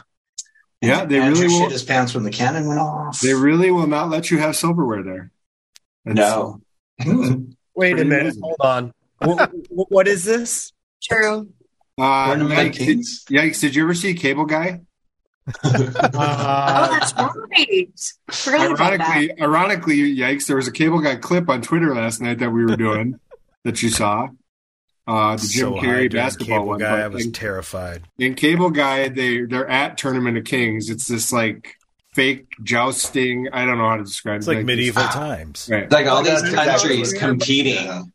Yeah, they
Andrew
really
shit
will.
his pants when the cannon went off.
They really will not let you have silverware there. [LAUGHS]
No,
Mm.
Wait a
Pretty
minute.
amazing.
Hold on. What, what- what is this?
True.
Uh,
Tournament of
yikes, did,
Kings?
yikes, did you ever see
[LAUGHS]
Cable Guy?
Uh,
oh, that's right. Oh, Forgot about that.
Ironically, ironically, yikes, there was a Cable Guy clip on Twitter last night that we were doing that you saw. Uh, the Jim
so high during
Carrey basketball
cable
one.
guy.
but
I was
in,
terrified.
in Cable Guy, they they're at Tournament of Kings. It's this like fake jousting. I don't know how to describe
It's
it.
like medieval times.
Right.
like all these
That's exactly
countries
what we were
competing.
about.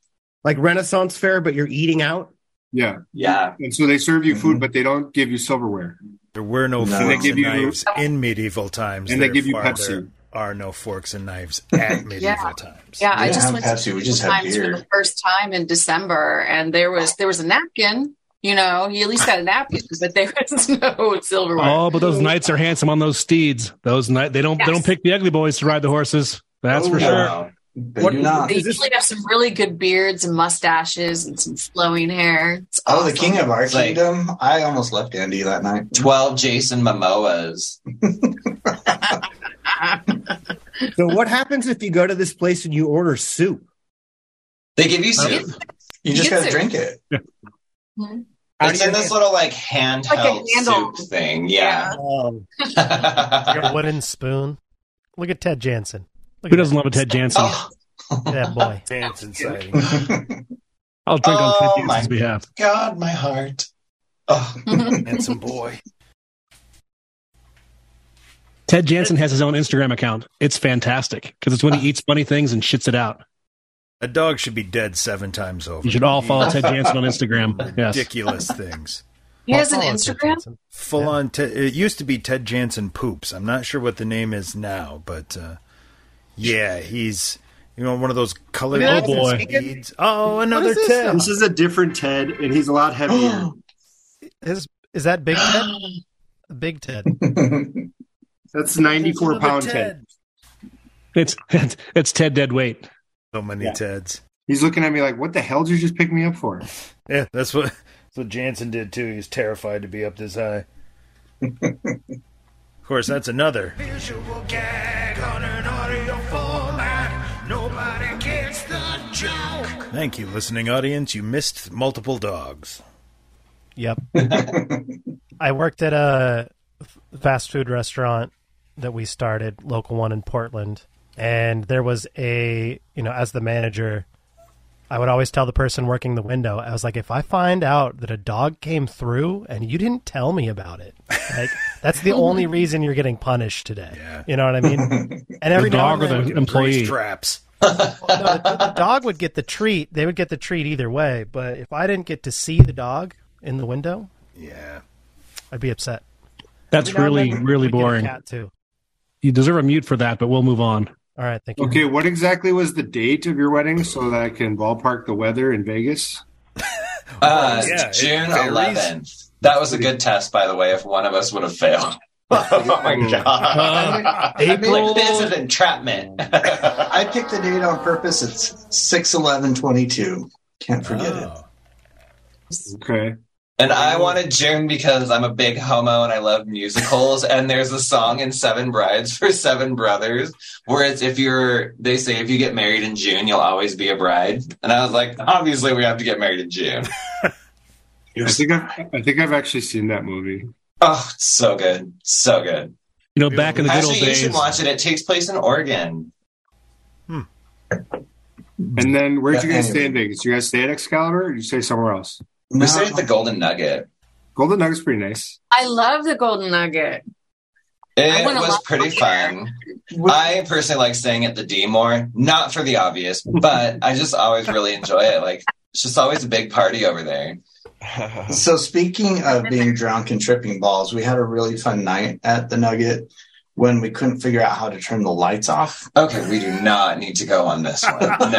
Like Renaissance fair, but you're eating out?
Yeah,
Yeah, Mm-hmm.
and so they serve you food,
Mhm.
but they don't give you silverware.
There were no,
No.
forks
And
and
they give you-
knives in medieval times.
And they
There
give you
far-
Pepsi.
There are no forks and knives at medieval times.
Yeah,
We
I
didn't
just
have
went
Pepsi,
to
we just had
times
beer.
for the first time in December, and there was there was a napkin. You know, you at least got a napkin, but there [LAUGHS] was no silverware.
Oh, but those knights are handsome on those steeds. Those knight they don't they don't
Yes.
pick the ugly boys to ride the horses. That's
Oh,
for
no.
sure.
They
What-
do not.
They
Is this-
usually have some really good beards and mustaches and some flowing hair. It's
Oh, the
awesome.
king of our
It's like-
kingdom. I almost left Andy that night.
twelve Jason Momoas.
So what happens if you go to this place and you order soup?
They give you soup.
You
Yes,
just got to
sir.
drink it.
How
it's
do you
in this
get-
little like handheld
Like a handle.
soup thing. Yeah.
Um,
Like a wooden spoon. Look at Ted Jansen. Look
Who
at
doesn't love a Ted Jansen?
oh
that- [LAUGHS] that boy?
Dance inside.
[LAUGHS] I'll drink
Oh,
on Ted Jansen's
my-
behalf.
[LAUGHS] God, my heart.
[LAUGHS]
Oh,
Handsome boy.
Ted Jansen has his own Instagram account. It's fantastic because it's when he eats funny things and shits it out.
A dog should be dead seven times over.
You should all
He
follow
eats
Ted
[LAUGHS]
Jansen on Instagram. Yes.
Ridiculous things.
He has an
Follow Ted
Instagram.
Jansen.
Full
Yeah.
on. Ted it used to be Ted Jansen poops. I'm not sure what the name is now, but uh, yeah, he's you know one of those colored.
Oh, boy.
He's- oh, another
What is this
Ted.
This is a different Ted, and he's a lot [GASPS] heavier.
Is is that Big Ted? Big Ted.
That's ninety-four
Another
pound Ted.
It's, it's it's Ted dead weight.
So many
Yeah.
Teds.
He's looking at me like, "What the hell did you just pick me up for?"
[LAUGHS] Yeah, that's what that's what Jansen did too. He's terrified to be up this
[LAUGHS]
high. of course, that's another.
Visual gag on an audio format. Nobody gets the joke.
Thank you, listening audience. You missed multiple dogs.
Yep. I worked at a f- fast food restaurant that we started, local one in Portland, and there was a, you know, as the manager, I would always tell the person working the window, I was like, if I find out that a dog came through and you didn't tell me about it, like that's the only reason you're getting punished today.
Yeah.
You know what I mean? And
The
every now and
dog or
then-
the employee.
traps.
no, the, the dog would get the treat. They would get the treat either way. But if I didn't get to see the dog, in the window,
yeah,
I'd be upset.
That's
Every now and
really,
then,
really
we get a
boring.
cat, too.
You deserve a mute for that, but we'll move on.
All right, thank you.
Okay, what exactly was the date of your wedding so that I can ballpark the weather in Vegas?
Uh,
Yeah, it
June
varies.
11th. That was a good test, by the way, if one of us would have failed. [LAUGHS] oh my God.
Uh,
April-
Like, this is entrapment.
I picked the date on purpose. It's six eleven twenty two. Can't forget
Oh.
it. Okay.
And I wanted June because I'm a big homo and I love musicals. and there's a song in Seven Brides for Seven Brothers where it's if you're, they say if you get married in June, you'll always be a bride. And I was like, obviously we have to get married in
[LAUGHS]
June.
I think I've, I think I've actually seen that movie.
Oh, so good. So good.
You know, back in the good
Actually,
old
you should
days,
watch it. It takes place in Oregon.
And then where'd
Yeah,
you guys stay
anyway.
in Vegas? you guys stay at Excalibur or did you stay somewhere else?
We stayed at the Golden Nugget.
Golden Nugget's pretty nice.
I love the Golden Nugget.
It
went a
was
lot
pretty fun. I personally like staying at the D more, not for the obvious, but I just always really enjoy it. Like it's just always a big party over there.
it. So speaking of being drunk and tripping balls, we had a really fun night at the Nugget when we couldn't figure out how to turn the lights off.
Okay, we do not need to go on this one. No,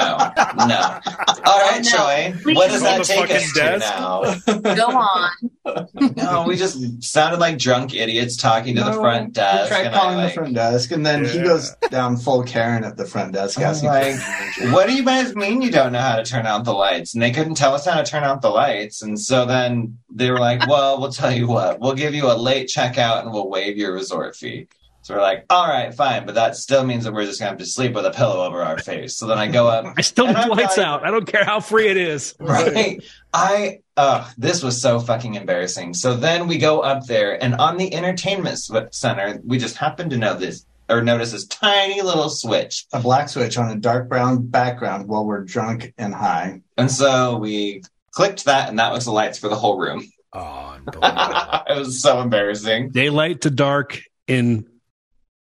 [LAUGHS]
no. All right, Joy. What does
Roll
that
the
take us
fucking
to
desk.
now?
Go on.
No, we just sounded like drunk idiots talking to the front desk.
We tried
and I,
calling
like,
the front desk, and then he
Yeah.
goes down full Karen at the front desk
I was
asking.
like, what do you guys mean you don't know how to turn out the lights? And they couldn't tell us how to turn out the lights. And so then they were like, well, we'll tell you what, we'll give you a late checkout and we'll waive your resort fee. So we're like, all right, fine. But that still means that we're just going to have to sleep with a pillow over our face. So then I go up.
I still need lights out. I don't care how free it is.
Right. I uh this was so fucking embarrassing. So then we go up there and on the entertainment sw- center, we just happen to know this or notice this tiny little switch.
A black switch on a dark brown background while we're drunk and high.
And so we clicked that and that was the lights for the whole room.
Oh,
[LAUGHS] it was so embarrassing.
Daylight to dark in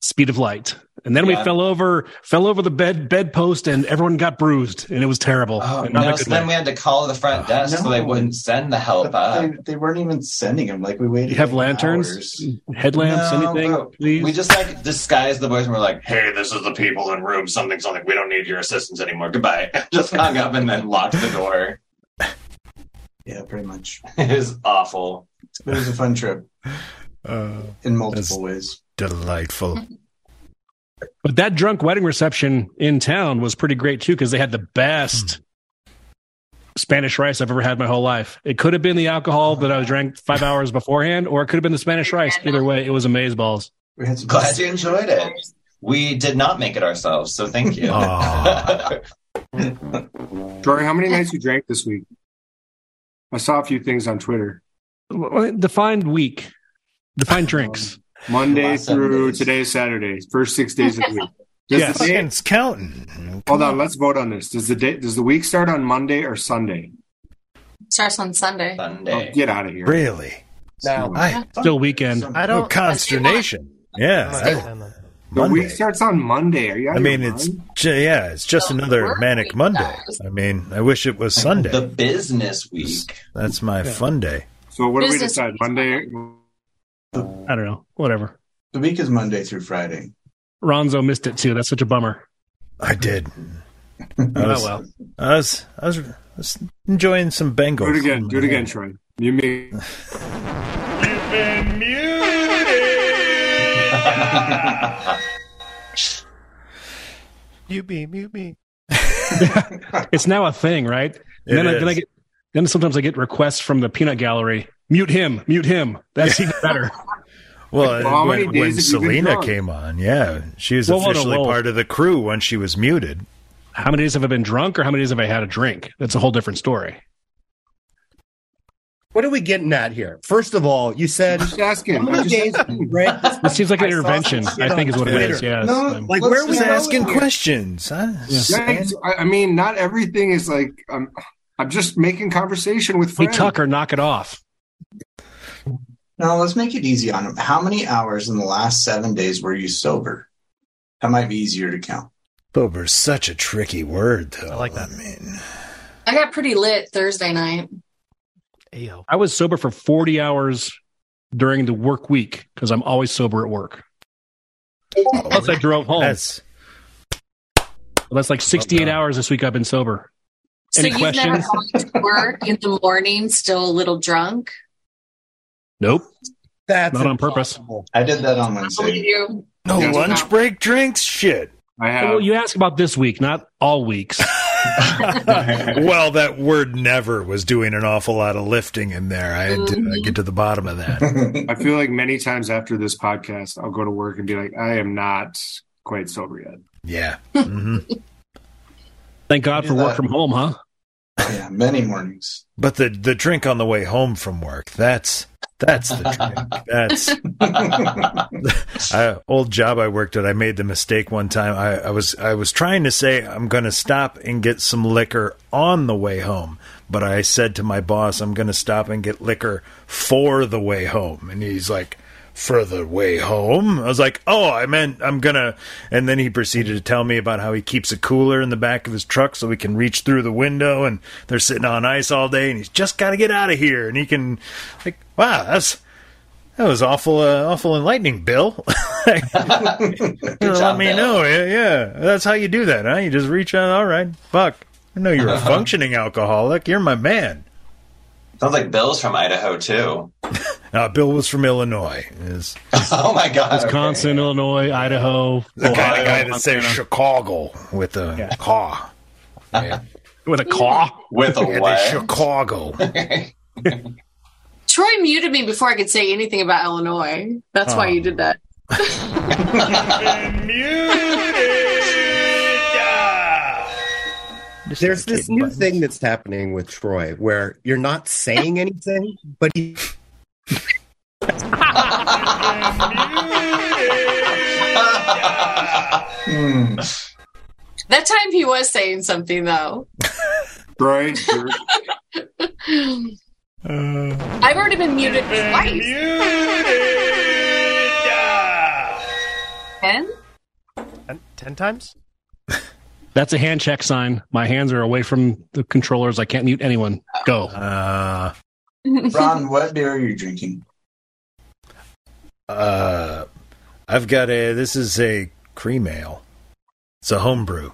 speed of light. And then we
Yeah.
fell over, fell over the bed bedpost, and everyone got bruised, and it was terrible.
Oh,
Not a
no,
good
so then
way.
we had to call the front desk so they
no.
wouldn't send the help up.
They, they weren't even sending him. Like we waited.
You have lanterns, headlamps,
No,
anything.
bro. We
[LAUGHS]
just like disguised the boys and we're like, hey, this is the people in room something, something. We don't need your assistance anymore. Goodbye. [LAUGHS] Just hung up and then locked the door.
Yeah, pretty much.
It was awful.
It was a fun
[LAUGHS]
trip in multiple ways.
Oh, Delightful.
But that drunk wedding reception in town was pretty great too, because they had the best Spanish rice I've ever had my whole life. It could have been the alcohol that I drank five hours beforehand, or it could have been the Spanish rice. Either way, it was amazeballs. balls.
We had some
Glad you enjoyed it. We did not make it ourselves, so thank you. [LAUGHS]
Jory, how many nights you drank this week? I saw a few things on Twitter.
Defined week,
Oh,
defined drinks.
Monday
Last seven
through today, Saturday, first six days of
[LAUGHS]
the week. Does
Yes.
the day-
It's counting.
hold on, let's vote on this. Does the day, does the week start on Monday or Sunday?
Starts on Sunday.
Oh, get out of here.
Really?
No.
I,
Still weekend.
I don't-
Oh, consternation. Yeah. I,
The
Monday.
week starts on Monday. Are you out
I
of
mean,
your
it's
mind?
j- yeah, it's just another manic Monday. I mean, I wish it was Sunday.
The business week.
That's my
Yeah.
fun day.
So what do we
Business
decide? Monday?
I don't know. Whatever.
The week is Monday through Friday.
Ronzo missed it too. That's such a bummer.
I
[LAUGHS]
did.
Oh,
I was,
well.
I was, I was, I was enjoying some Bengals.
Do it again. Do it again, Troy. You mean
[LAUGHS]
You be, you be.
It's now a thing, right?
It
then, I, then I
is.
get then sometimes I get requests from the peanut gallery. Mute him, mute him. That's even better.
Well,
Well, how many
when,
days
when
have you been
Selena
drunk?
came on, yeah, she was
Whoa, whoa,
officially
whoa.
part of the crew when she was muted.
How many days have I been drunk or how many days have I had a drink? That's a whole different story.
What are we getting at here? First of all, you said
just asking.
How many days have you drank this
This seems like an
I saw some
intervention,
shit
I think
on
is what it is,
Twitter.
yes. No, I'm-
like where was
Just asking
questions?
questions. Huh?
Yeah, I, I mean, not everything is like. I'm, I'm just making conversation with
Hey
friends.
Tucker, knock it off.
Now let's make it easy on him. How many hours in the last seven days were you sober? That might be easier to count.
Sober's such a tricky word, though. I like that.
I got pretty lit Thursday night.
Ayo.
I was sober for 40 hours during the work week because I'm always sober at work. Plus, I drove home. That's, that's like 68 hours this week I've been sober.
So
Any
you've never
questions?
gone to work in the morning, still a little drunk.
Nope.
That's
not on purpose.
I did that on
How do you?
No lunch break drinks? Shit.
I
have-
Well, you ask about this week, not all
[LAUGHS]
weeks. [LAUGHS]
well, that word never was doing an awful lot of lifting in there. I had to uh, get to the bottom of that.
I feel like many times after this podcast, I'll go to work and be like, I am not quite sober yet.
Yeah. Mm-hmm.
Thank God
for work
from
home, huh?
Yeah, many
[LAUGHS]
mornings. [LAUGHS]
But the the drink on the way home from work, that's that's the drink. That's I, old job I worked at, I made the mistake one time. I, I was I was trying to say I'm going to stop and get some liquor on the way home, but I said to my boss I'm going to stop and get liquor for the way home, and he's like, "For the way home?" I was like, "Oh, I meant I'm gonna." And then he proceeded to tell me about how he keeps a cooler in the back of his truck so he can reach through the window, and they're sitting on ice all day, and he's just got to get out of here, and he can, like, wow, that's. That was awful, uh, awful enlightening, Bill. [LAUGHS] Let me know. Yeah, yeah, that's how you do that, huh? You just reach out. All right, fuck. I know you're a
Uh-huh.
functioning alcoholic. You're my man.
Sounds like Bill's from Idaho too.
Uh, Bill was from Illinois. Is
[LAUGHS] Oh my god.
Wisconsin, Illinois, Idaho.
the kind
Ohio,
of guy that says
Montana.
Chicago with a
[LAUGHS]
caw. Yeah.
with a caw.
With
[LAUGHS] Yeah, the
[LAUGHS]
Chicago.
Troy muted me before I could say anything about Illinois. That's why
Oh.
you did that.
There's this new thing that's happening with Troy where you're not saying anything, but he
That time he was saying something though.
Right? You're-
I've already been muted twice. Ken?
Ten, ten times?
That's a hand check sign. My hands are away from the controllers. I can't mute anyone. Go.
Uh,
Ron, what beer are you drinking?
Uh, I've got a. This is a cream ale. It's a homebrew.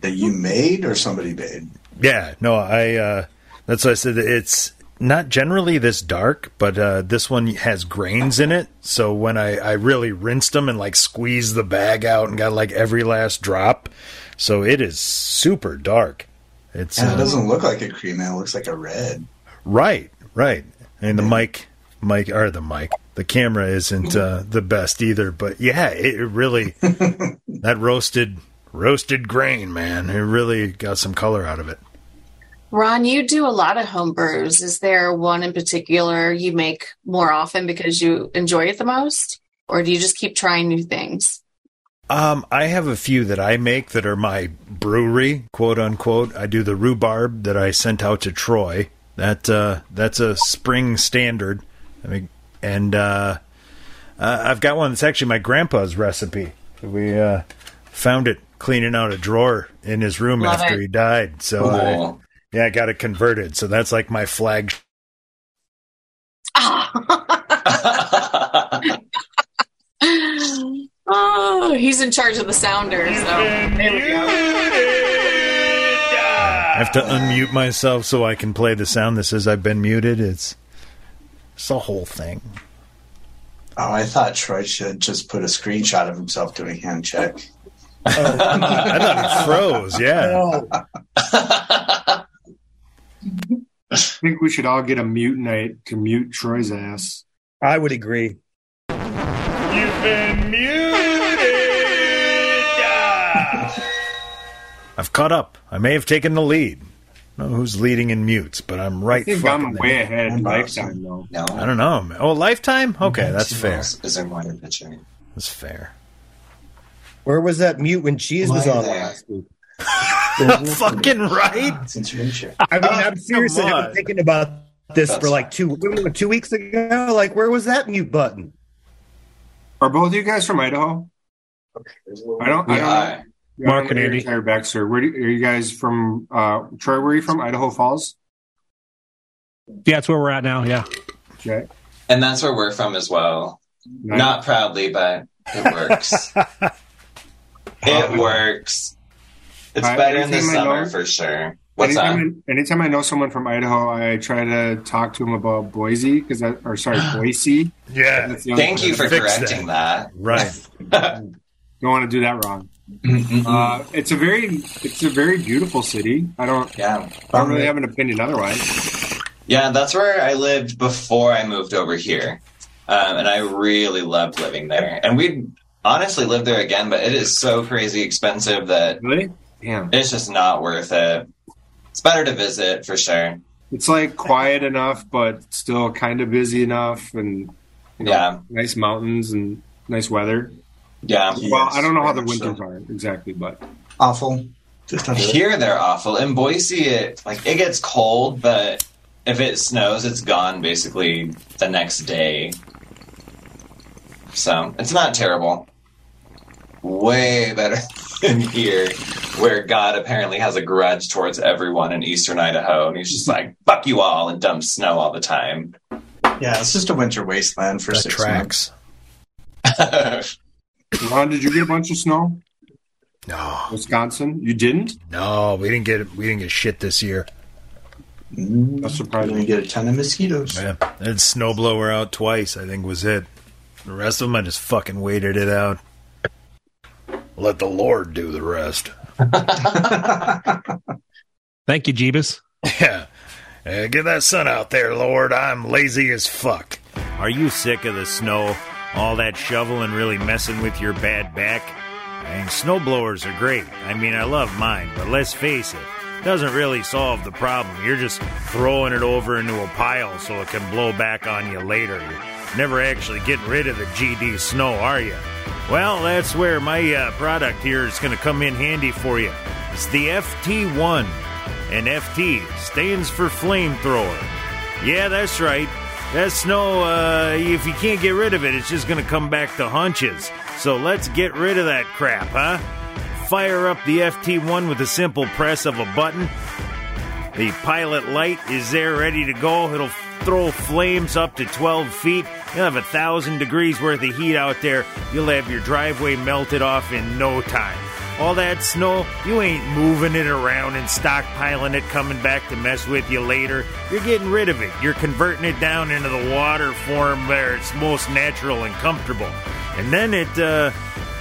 That you made or somebody made?
Yeah, no, I. Uh, that's why I said that it's not generally this dark, but uh, this one has grains in it. So when I, I really rinsed them and like squeezed the bag out and got like every last drop, so it is super dark. It's
Yeah,
uh,
it doesn't look like a cream ale. It looks like a red.
right, right, and the mic, mic or the mic, the camera
[LAUGHS]
isn't uh, the best either. But yeah, it really that roasted roasted grain, man, it really got some color out of it.
Ron, you do a lot of home brews. Is there one in particular you make more often because you enjoy it the most? Or do you just keep trying new
[SIGHS]
things?
Um, I have a few that I make that are my brewery, quote unquote. I do the rhubarb that I sent out to Troy. That uh, that's a spring standard. I mean, and uh, uh, I've got one that's actually my grandpa's recipe. We uh, found it cleaning out a drawer in his room
Love
after
it.
he died. So I-
Cool.
yeah, I got it converted. So that's like my flag.
oh, he's in charge of the sounder. So there we go.
I have to unmute myself so I can play the sound that says I've been muted. It's [LAUGHS] it's the whole thing.
Oh, I thought Troy should just put a screenshot of himself doing hand
[LAUGHS]
check.
I thought it froze. Yeah.
[LAUGHS] I think we should all get a mute night to mute Troy's ass.
I would agree.
I've caught up. I may have taken the lead. I don't know who's leading in mutes, but I'm right.
I think
fucking
I'm
there.
way ahead in lifetime though.
No.
I don't know. man. Oh, lifetime.
Mm-hmm.
Okay, that's
Who
fair.
else Is there one in the chain?
That's fair.
Where was that mute when cheese was
Why
on
there?
[LAUGHS] last week?
[LAUGHS] fucking right.
Since you're in here.
I mean, I'm
[LAUGHS]
seriously
come
I've
on.
been thinking about this
That's
for like two two weeks ago. Like, where was that mute button?
Are both of you guys from Idaho? I don't. I
We
don't
are.
know. I don't
Mark and
know your
Andy.
entire backstory. Where do, are you guys from? Uh, Troy, where are you from? Idaho Falls.
Yeah, that's where we're at now. Yeah.
Okay.
And that's where we're from as well. Not proudly, but it
[LAUGHS]
works. it works. It's
I-
better in the
anytime I
summer
know-
for sure. What's up?
Anytime, I- anytime I know someone from Idaho, I try to talk to them about Boise because that,
[GASPS]
or sorry, Boise.
Yeah.
That's the only
Thank you
thing.
for correcting that.
Right.
[LAUGHS] Don't want to do that wrong.
Mm-hmm.
Uh, it's a very, it's a very beautiful city. I don't,
Yeah.
I don't really have an opinion otherwise.
Yeah, that's where I lived before I moved over here. Um, and I really loved living there. And we'd honestly live there again, but it is so crazy expensive that
Really? Damn.
it's just not worth it. It's better to visit for sure.
It's like quiet enough, but still kind of busy enough, and you know,
Yeah.
nice mountains and nice weather.
Yeah.
well, I don't know how the
very much
winters
so.
are exactly, but
Awful. Just under it.
Here they're awful. In Boise, it like it gets cold, but if it snows, it's gone basically the next day. So it's not terrible. Way better [LAUGHS] than here, where God apparently has a grudge towards everyone in Eastern Idaho, and he's just like "fuck you all" and dumps snow all the time. [LAUGHS]
Yeah, it's just a winter wasteland for
That
six months.
tracks.
Ron, did you get a bunch of snow?
No,
Wisconsin, you didn't.
no, we didn't get we didn't get shit this year.
Mm,
That's
You're
surprising.
gonna get a ton of mosquitoes.
Yeah, I had snowblower out twice. I think was it. The rest of them, I just fucking waited it out. Let the Lord do
[LAUGHS]
the rest.
Thank you, Jeebus.
Yeah. Uh, get that sun out there, Lord. I'm lazy as fuck. Are you sick of the snow? All that shoveling really messing with your bad back? And snowblowers are great. I mean, I love mine, but let's face it, doesn't really solve the problem. You're just throwing it over into a pile so it can blow back on you later. You're never actually getting rid of the GD snow, are you? Well, that's where my uh, product here is going to come in handy for you. It's the FT1. And FT stands for flamethrower. Yeah, that's right. That snow, uh, if you can't get rid of it, it's just going to come back to hunches. So let's get rid of that crap, huh? Fire up the FT1 with a simple press of a button. The pilot light is there ready to go. It'll throw flames up to 12 feet. You'll have a thousand degrees worth of heat out there. You'll have your driveway melted off in no time. All that snow, you ain't moving it around and stockpiling it, coming back to mess with you later. You're getting rid of it. You're converting it down into the water form where it's most natural and comfortable. And then it, uh,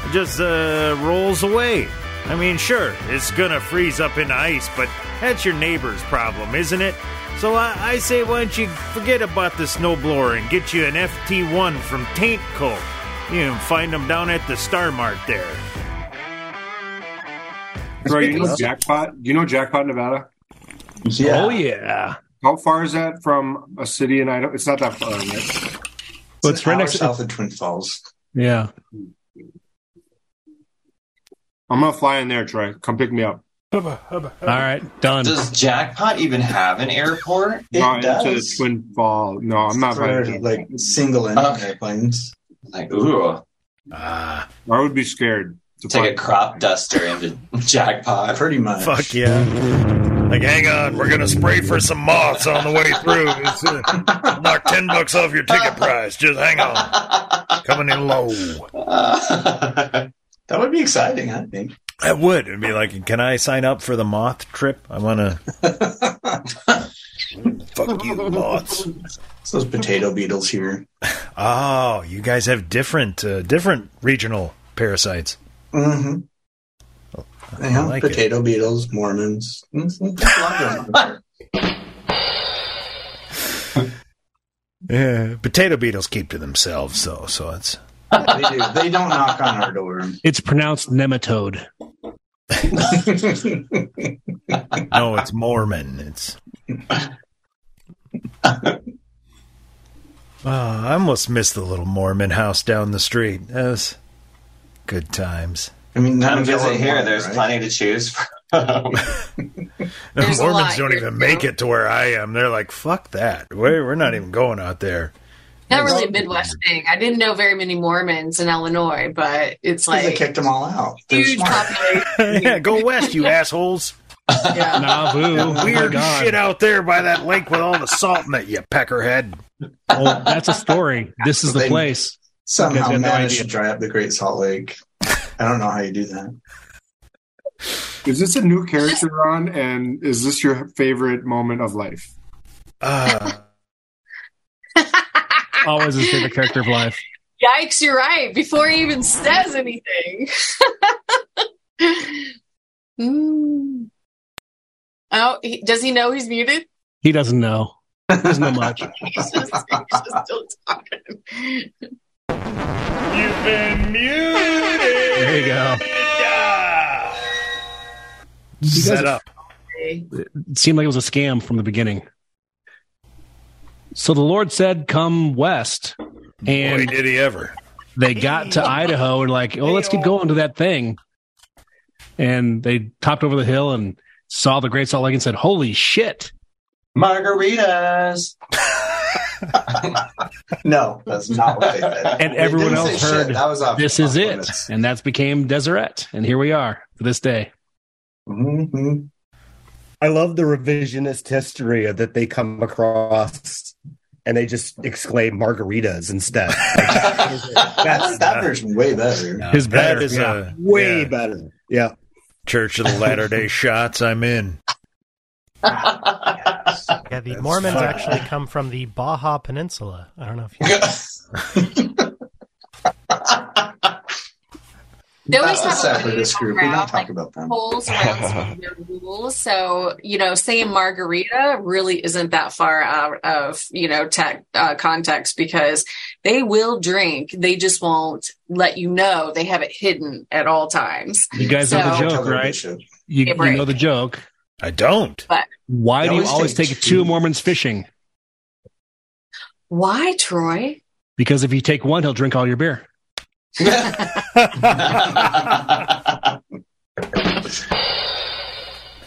it just uh, rolls away. I mean, sure, it's gonna freeze up into ice, but that's your neighbor's problem, isn't it? So I, I say, why don't you forget about the snowblower and get you an FT1 from Taint Co. You can find them down at the Star Mart there.
Bro, you know Jackpot? Do you know Jackpot, Nevada?
Yeah.
Oh yeah.
How far is that from a city in Idaho? It's not that far, right?
But it's right
Hour
next to
south of Twin Falls.
Yeah.
I'm gonna fly in there, Troy. Come pick me up.
All right. Done.
Does Jackpot even have an airport?
It
no, into
does.
Twin Fall. No, I'm not
For,
flying.
like single engine
Okay.
airplanes.
Like, ooh,
Ah,
I would be scared. To
take a
fly.
crop duster into Jackpot.
Pretty much.
fuck yeah. Like, hang on, we're gonna spray for some moths on the way through. It's, uh, knock 10 bucks off your ticket price. Just hang on. Coming in low.
that would be exciting, I think.
I would. It'd be like, can I sign up for the moth trip? I want to. Fuck you, moths.
It's those potato beetles here.
Oh, you guys have different, uh, different regional parasites.
Mm-hmm.
I
Yeah,
like it.
potato beetles, Mormons. Mhm. A lot of them are.
Yeah, potato beetles keep to themselves, though. So it's
they do. They don't knock on our door.
It's pronounced nematode.
[LAUGHS] no, it's Mormon. It's. Oh, I almost missed the little Mormon house down the street. That was good times.
I mean, none
Come
of y'all
visit
are
here.
Mormon,
There's
right?
plenty to choose from.
There's a
Mormons
lot
don't
here,
even
you
make
know?
it to where I am. They're like, "Fuck that! We're we're not even going out there."
Not really a Midwest thing. I didn't know very many Mormons in Illinois, but it's
Because they
like
kicked them all out. They're
huge
smart.
[LAUGHS]
population.
yeah, go west, you assholes.
Nauvoo. Oh my
Weird
God.
shit out there by that lake with all the salt in it, you peckerhead.
Oh, that's a story. This is the
They
place. You guys
Somehow
got no
managed
idea.
to dry [LAUGHS] up the Great Salt Lake. I don't know how you do that.
Is this a new character, Ron? And is this your favorite moment of life?
Uh,
Always his favorite character of life.
Yikes, you're right. Before he even says anything. [LAUGHS] Hmm. Oh, he, does he know he's muted?
He doesn't know. He doesn't know much.
He's just, he's just still talking.
You've been muted.
There you go.
Set up.
It seemed like it was a scam from the beginning. So the Lord said, "Come west,"
Boy,
and
did he ever.
they got to Idaho and like, "Oh, let's keep going to that thing." And they topped over the hill and saw the Great Salt Lake and said, "Holy shit!"
Margaritas.
No, that's not what they did.
And
They
everyone
didn't
else
say shit.
heard,
That was off.
"This is
off
it,"
limits.
and that's became Deseret. And here we are to this day.
Mhm.
I love the revisionist history that they come across and they just exclaim
[LAUGHS]
margaritas instead.
I like that version way better.
His
That
better,
is
yeah.
a
Way
yeah,
better. Yeah.
Church of the Latter Day Shots. I'm in.
Yeah, the
That's
Mormons
funny.
actually come from the Baja Peninsula. I don't know
[LAUGHS]
if you
They always
That's a
have a
separatist group. We're
around,
not
like,
talking about them.
polls
[LAUGHS]
[LAUGHS]
around their rules. So, you know, saying margarita really isn't that far out of, you know, tech, uh, context because they will drink. They just won't let you know. They have it hidden at all times.
You guys know
So-
the
Tell
joke,
them they
right?
should.
You,
Yeah,
you
right.
know the joke.
I don't.
Why
They
do you
always
always
take
take
two.
two Mormons fishing?
Why,
[LAUGHS]
Troy?
Because if you take one, he'll drink all your beer.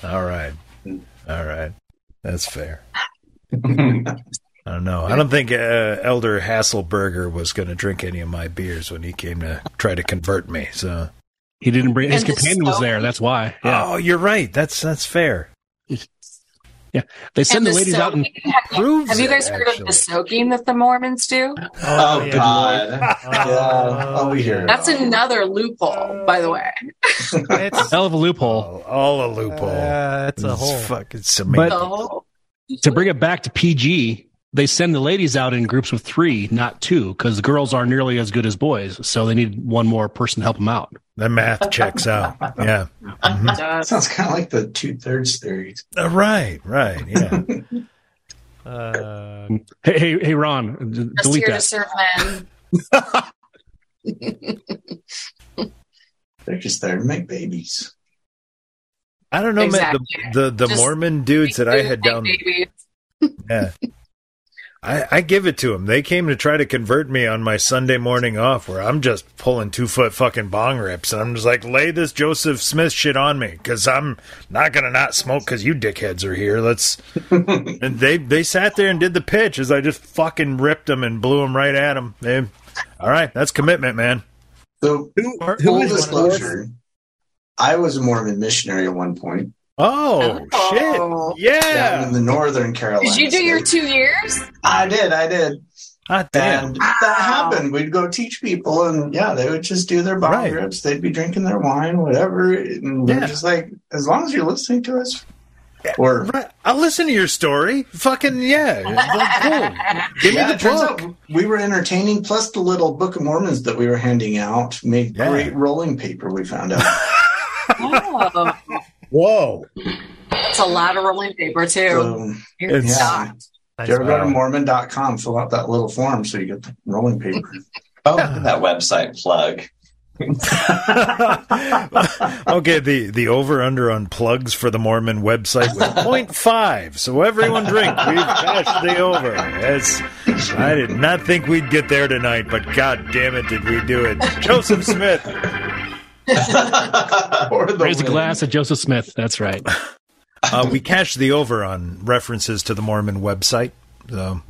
All right.
Mm.
All right. That's fair.
[LAUGHS]
I don't know. I don't think uh, Elder Hasselberger was going to drink any of my beers when he came to try to convert me. So,
He didn't bring his
And the
companion was
stone.
there. That's why. Yeah,
oh, you're right. That's that's
[LAUGHS]
fair.
they
And
send the, ladies out and
soaking. Have-
Proves
Have you
it,
guys heard of the
actually.
soaking that the Mormons do?
Oh,
oh
yeah.
God.
Yeah. Oh, we hear it.
That's another loophole, by the way.
it's,
hell of a loophole.
All, Oh, all a loophole.
uh, it's a
It's
whole
fucking
But-
semantic.
The whole-
To bring it back to PG, they send the ladies out in groups of three, not two, because girls aren't nearly as good as boys, so they need one more person to help them out.
the math checks out. Yeah.
[LAUGHS]
Mhm.
Duh.
Sounds kind of like the two thirds theory.
Uh, right. Right.
[LAUGHS]
Yeah.
uh,
Hey, hey, hey, Ron, d-
Just
delete
here to
that.
serve men.
They're just there to make babies.
I don't know, man. The the, the
Just
Mormon dudes that I had
Big
down.
baby.
Yeah. I, I give it to them. They came to try to convert me on my Sunday morning off, where I'm just pulling two foot fucking bong rips, and I'm just like, lay this Joseph Smith shit on me, because I'm not gonna not smoke because you dickheads are here.
[LAUGHS]
Let's. and they they sat there and did the pitch as I just fucking ripped them and blew them right at them. They, all right, that's commitment, man.
So,
Who,
Or-
who
full
is
this one?
disclosure, I was a Mormon missionary at one point
Oh,
Oh.
shit!
down
Yeah,
in the northern Carolina.
Did you do your
state.
two years?
I did. I did.
hot damn.
And that happened. We'd go teach people, and yeah, they would just do their bong
Right.
rips. They'd be drinking their wine, whatever. And
Yeah.
we're just like, as long as you're listening to us, or
Right. I'll listen to your story. Fucking yeah. Like, cool. Give
Yeah,
me
it
the
turns
book.
out we were entertaining. Plus, the little Book of Mormons that we were handing out made
Yeah.
great rolling paper. We found
[LAUGHS]
out
Oh,
Whoa.
that's a lot of rolling paper too.
so.
You're
Um, It's-
shocked.
If you ever go to
Wow.
Mormon.com, fill out that little form so you get the rolling paper.
Oh, look at that website plug. [LAUGHS]
okay, the, the over under on plugs for the Mormon website was 0.5. So everyone drink. We've cashed the over. That's, I did not think we'd get there tonight, but god damn it, did we do it. Joseph
[LAUGHS]
Smith.
or the
Raise a
wind.
glass at Joseph Smith. That's right.
Uh, we cashed the over on references to the Mormon website. So,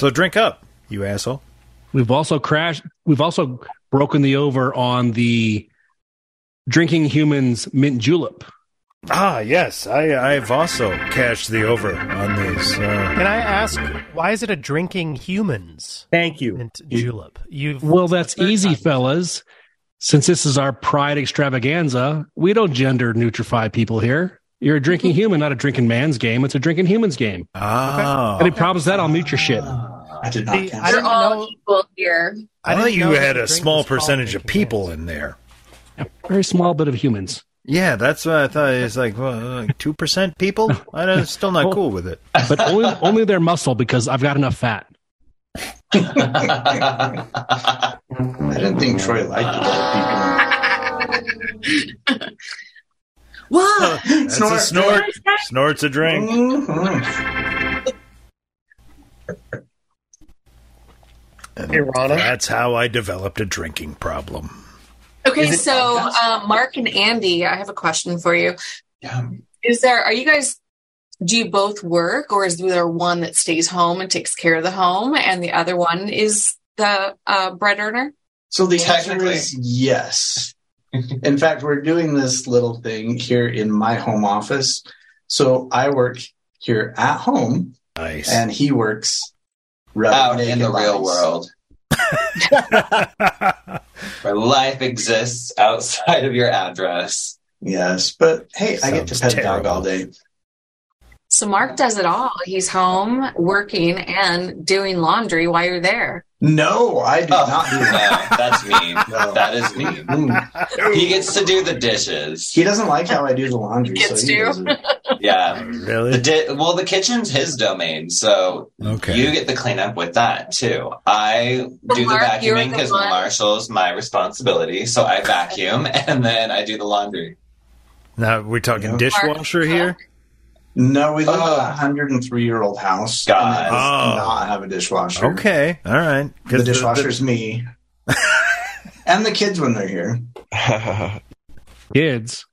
so drink up, you [LAUGHS] asshole.
We've also crashed. We've also broken the over on the drinking humans mint julep.
Ah, yes, I, I've also cashed the over on these. Uh,
Can I ask why is it a drinking humans?
Thank you.
julep. You
well, that's easy, fellas. Since this is our pride extravaganza, we don't gender neutrify people here. You're a
Mm-hmm.
drinking human, not a drinking man's game. It's a drinking humans game.
Ah.
Any problems with that? I'll mute your shit.
I did
not.
We're
I don't
all
know.
equal here.
I,
I
thought
didn't
you
know
had
that
a
drink
small
was called
percentage of people in there.
A very small bit of humans.
Yeah, that's what I thought. It's like two percent people. I don't, still not cool with it.
but only only their muscle because I've got enough fat.
I didn't think Troy liked it.
[LAUGHS]
What?
That's a snort. Snorts a drink.
Mm-hmm. Hey, Rana.
That's how I developed a drinking problem.
Okay, so uh, Mark and Andy, I have a question for you. Is there? Are you guys? Do you both work, or is there one that stays home and takes care of the home, and the other one is the uh, bread earner?
So the answer
Technically.
is yes. In fact, we're doing this little thing here in my home office. So I work here at home,
Nice.
and he works rubbing
Out in
naked
the real
bodies.
world. Where life exists outside of your address.
Yes, but hey, I get to pet
Sounds
a dog
terrible.
all day.
So Mark does it all. He's home working and doing laundry while you're there.
No, I do
Oh,
not do that.
no, that's mean.
No.
That is mean.
Mm. [LAUGHS]
He gets to do the dishes.
He doesn't like how I do the laundry.
Kids
so he
do.
does it.
[LAUGHS] Yeah. The
really?
di- well, the kitchen's his domain, so
Okay.
you get the cleanup with that too. I
But
do the
Mark, you're the
vacuuming because
one-
Marshall's my responsibility, so I vacuum [LAUGHS] and then I do the laundry.
Now we're talking
Yeah.
dishwasher here.
No, we live in a
Ugh.
103 year old house.
God.
And it does
Oh.
not have a dishwasher.
Okay, all right.
The
Because
dishwasher's
[LAUGHS]
me. and the kids when they're here.
Kids.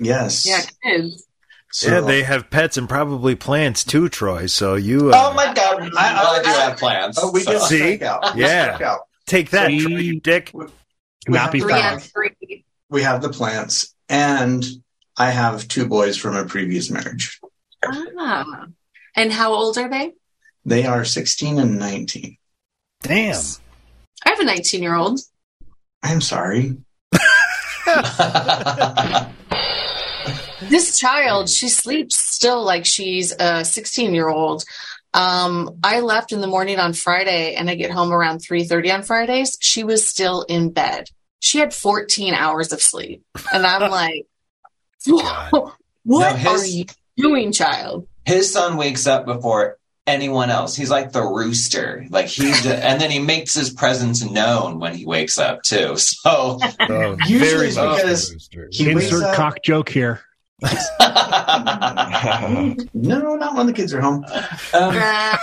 Yes.
Yeah, kids.
So-
yeah, they have pets and probably plants too, Troy. So you. Uh,
Oh my god! I, I do have plans.
Oh, we
so-
can
See?
strike out. We
Yeah.
strike out.
take that,
See?
Troy, you dick.
We
Not
have
be
the-
Three
found.
on
[LAUGHS]
three.
We have the plants, and I have two boys from a previous marriage.
Ah. And how old are they?
They are 16 and 19.
Damn.
I have a 19 year old.
I'm sorry.
this child she sleeps still like she's a 16 year old um, i left in the morning on friday and i get home around 3.30 on fridays she was still in bed she had 14 hours of sleep and i'm like [LAUGHS]
God.
what
No, his-
are you doing child
His son wakes up before anyone else. He's like the rooster. Like he's, the, and then he makes his presence known when he wakes up too. [LAUGHS] So
Oh,
Usually
very
it's
much
because
roosters.
He wakes
Insert
up-
cock joke here.
Um,
No, not when the kids are home.
uh,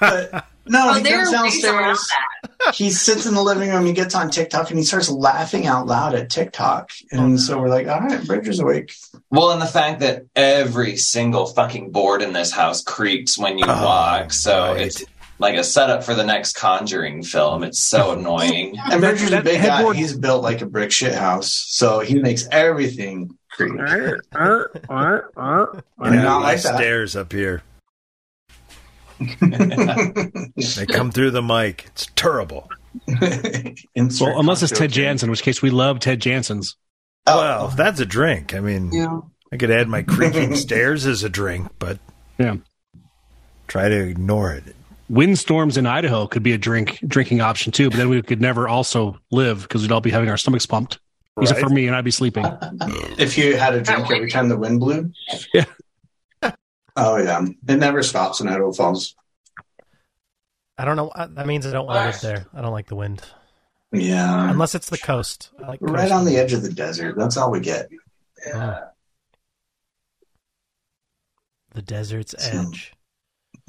But no,
oh,
he
there
goes
are ways around
downstairs.
that
he sits in the living room, he gets on TikTok, and he starts laughing out loud at TikTok.
Oh,
And so we're like, all right, [LAUGHS] Bridger's awake.
well, and the fact that every single fucking board in this house creaks when you
Oh,
walk, so
right.
it's like a setup for the next Conjuring film. It's so annoying. [LAUGHS]
And Bridger's a
that
big
headboard-
guy. He's built like a brick shit house. So he makes everything creak.
I
not
have my
like that.
stairs
[LAUGHS]
up here. They come through the mic. It's terrible.
Insert
Well, unless it's
cocktail
Ted
can.
Jansen, in which case we love Ted Jansen's.
Oh.
Well, if that's a drink, I mean, I could add my
[LAUGHS]
creaking stairs as a drink, but
Yeah.
try to ignore it.
Windstorms in Idaho could be a drink drinking option too, but then we could never also live because we'd all be having our stomachs pumped. Except
Right.
for me, and I'd be
[LAUGHS]
sleeping.
If you had a drink every time the wind blew.
Yeah.
Oh, yeah. It never stops in Idaho Falls.
I don't know. I- That means I don't want to live there. I don't like the wind
Yeah.
unless it's the coast. I like
We're right
coast.
on the edge of the desert. That's all we get.
the desert's
So-
edge.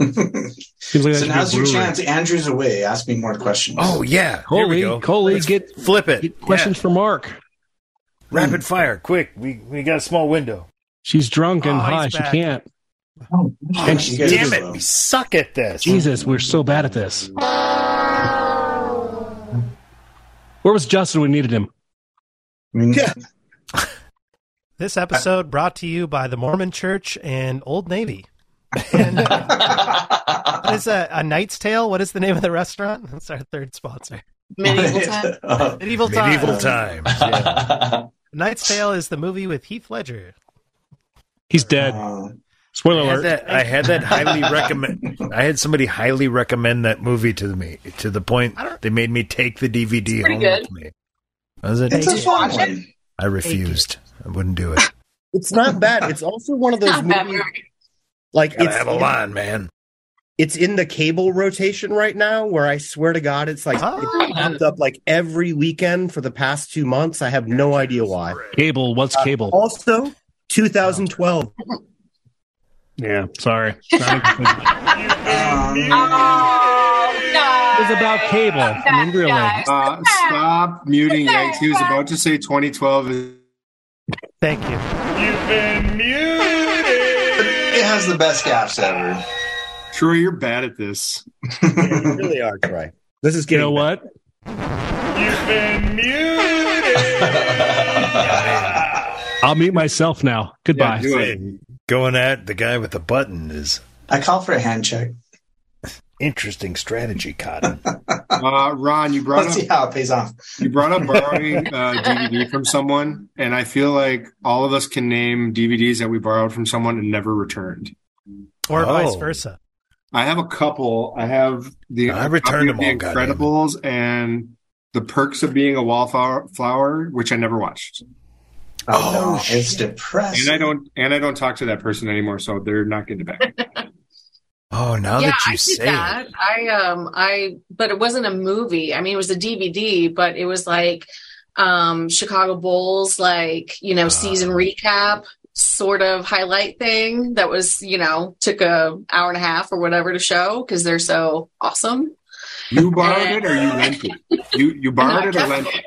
Seems like that
so
should be a
now's your
brewery.
chance. Andrew's away. Ask me more questions.
Oh yeah, here we go.
Coley, Coley,
Let's
get,
flip it.
get questions
Yeah.
for Mark.
Rapid fire, quick. We we got a small window.
She's drunk and
Oh, he's
high. She
back.
can't.
Oh,
And
you guys
damn
are
it,
slow.
we suck at this.
Jesus, we're so bad at this. Where was Justin when we needed him?
I mean,
This episode brought to you by the Mormon Church and Old Navy. And, what is that? A Knight's Tale? What is the name of the restaurant? [LAUGHS] That's our third sponsor.
Medieval time.
Medieval time.
Medieval times, yeah.
Knight's Tale is the movie with Heath Ledger.
He's dead.
Uh,
Spoiler I had That, I had that highly recommend. I had somebody highly recommend that movie to me to the point they made me take the DVD
pretty
home
good.
with me. I was like,
It's a
"Take it."
fun one.
I refused. I wouldn't do
[LAUGHS]
it.
It's not bad. It's also one of those movies. Like
Gotta
it's
have a line, man.
It's in the cable rotation right now, where I swear to God, it's like
Ah.
it popped up like every weekend for the past two months. I have no idea why. Uh,
Cable, what's cable?
also, 2012.
Yeah, [LAUGHS] sorry.
It
was about cable. I mean, really. Uh, stop muting Yanks. He was about to say 2012. is-
Thank you.
You've been muted.
It has the best gaps ever.
Troy, you're bad at this.
you really are, Troy. This is
You know what?
You've been muted.
I'll mute myself now. Goodbye.
Going at the guy with the button is.
I call for a hand check.
Interesting strategy,
[LAUGHS]
Cotton.
Uh, Ron, you brought
Let's
up
see how it pays off.
you brought up borrowing uh,
[LAUGHS]
a DVD from someone, and I feel like all of us can name DVDs that we borrowed from someone and never returned.
Or
Oh.
vice versa.
I have a couple. I have the
I returned
a copy of
them all,
the Incredibles and the Perks of Being a Wallflower, flower, which I never watched.
Oh, no, it's depressing.
And I don't and I don't talk to that person anymore, so they're not getting it back.
oh, now
yeah,
that you
I
say
did that. I um I but it wasn't a movie. I mean, it was a DVD, but it was like um Chicago Bulls like, you know,
Uh-huh.
season recap sort of highlight thing that was, you know, took a hour and a half or whatever to show cuz they're so awesome.
You borrowed it
[LAUGHS]
or you rented? it? You you borrowed it or rented? it?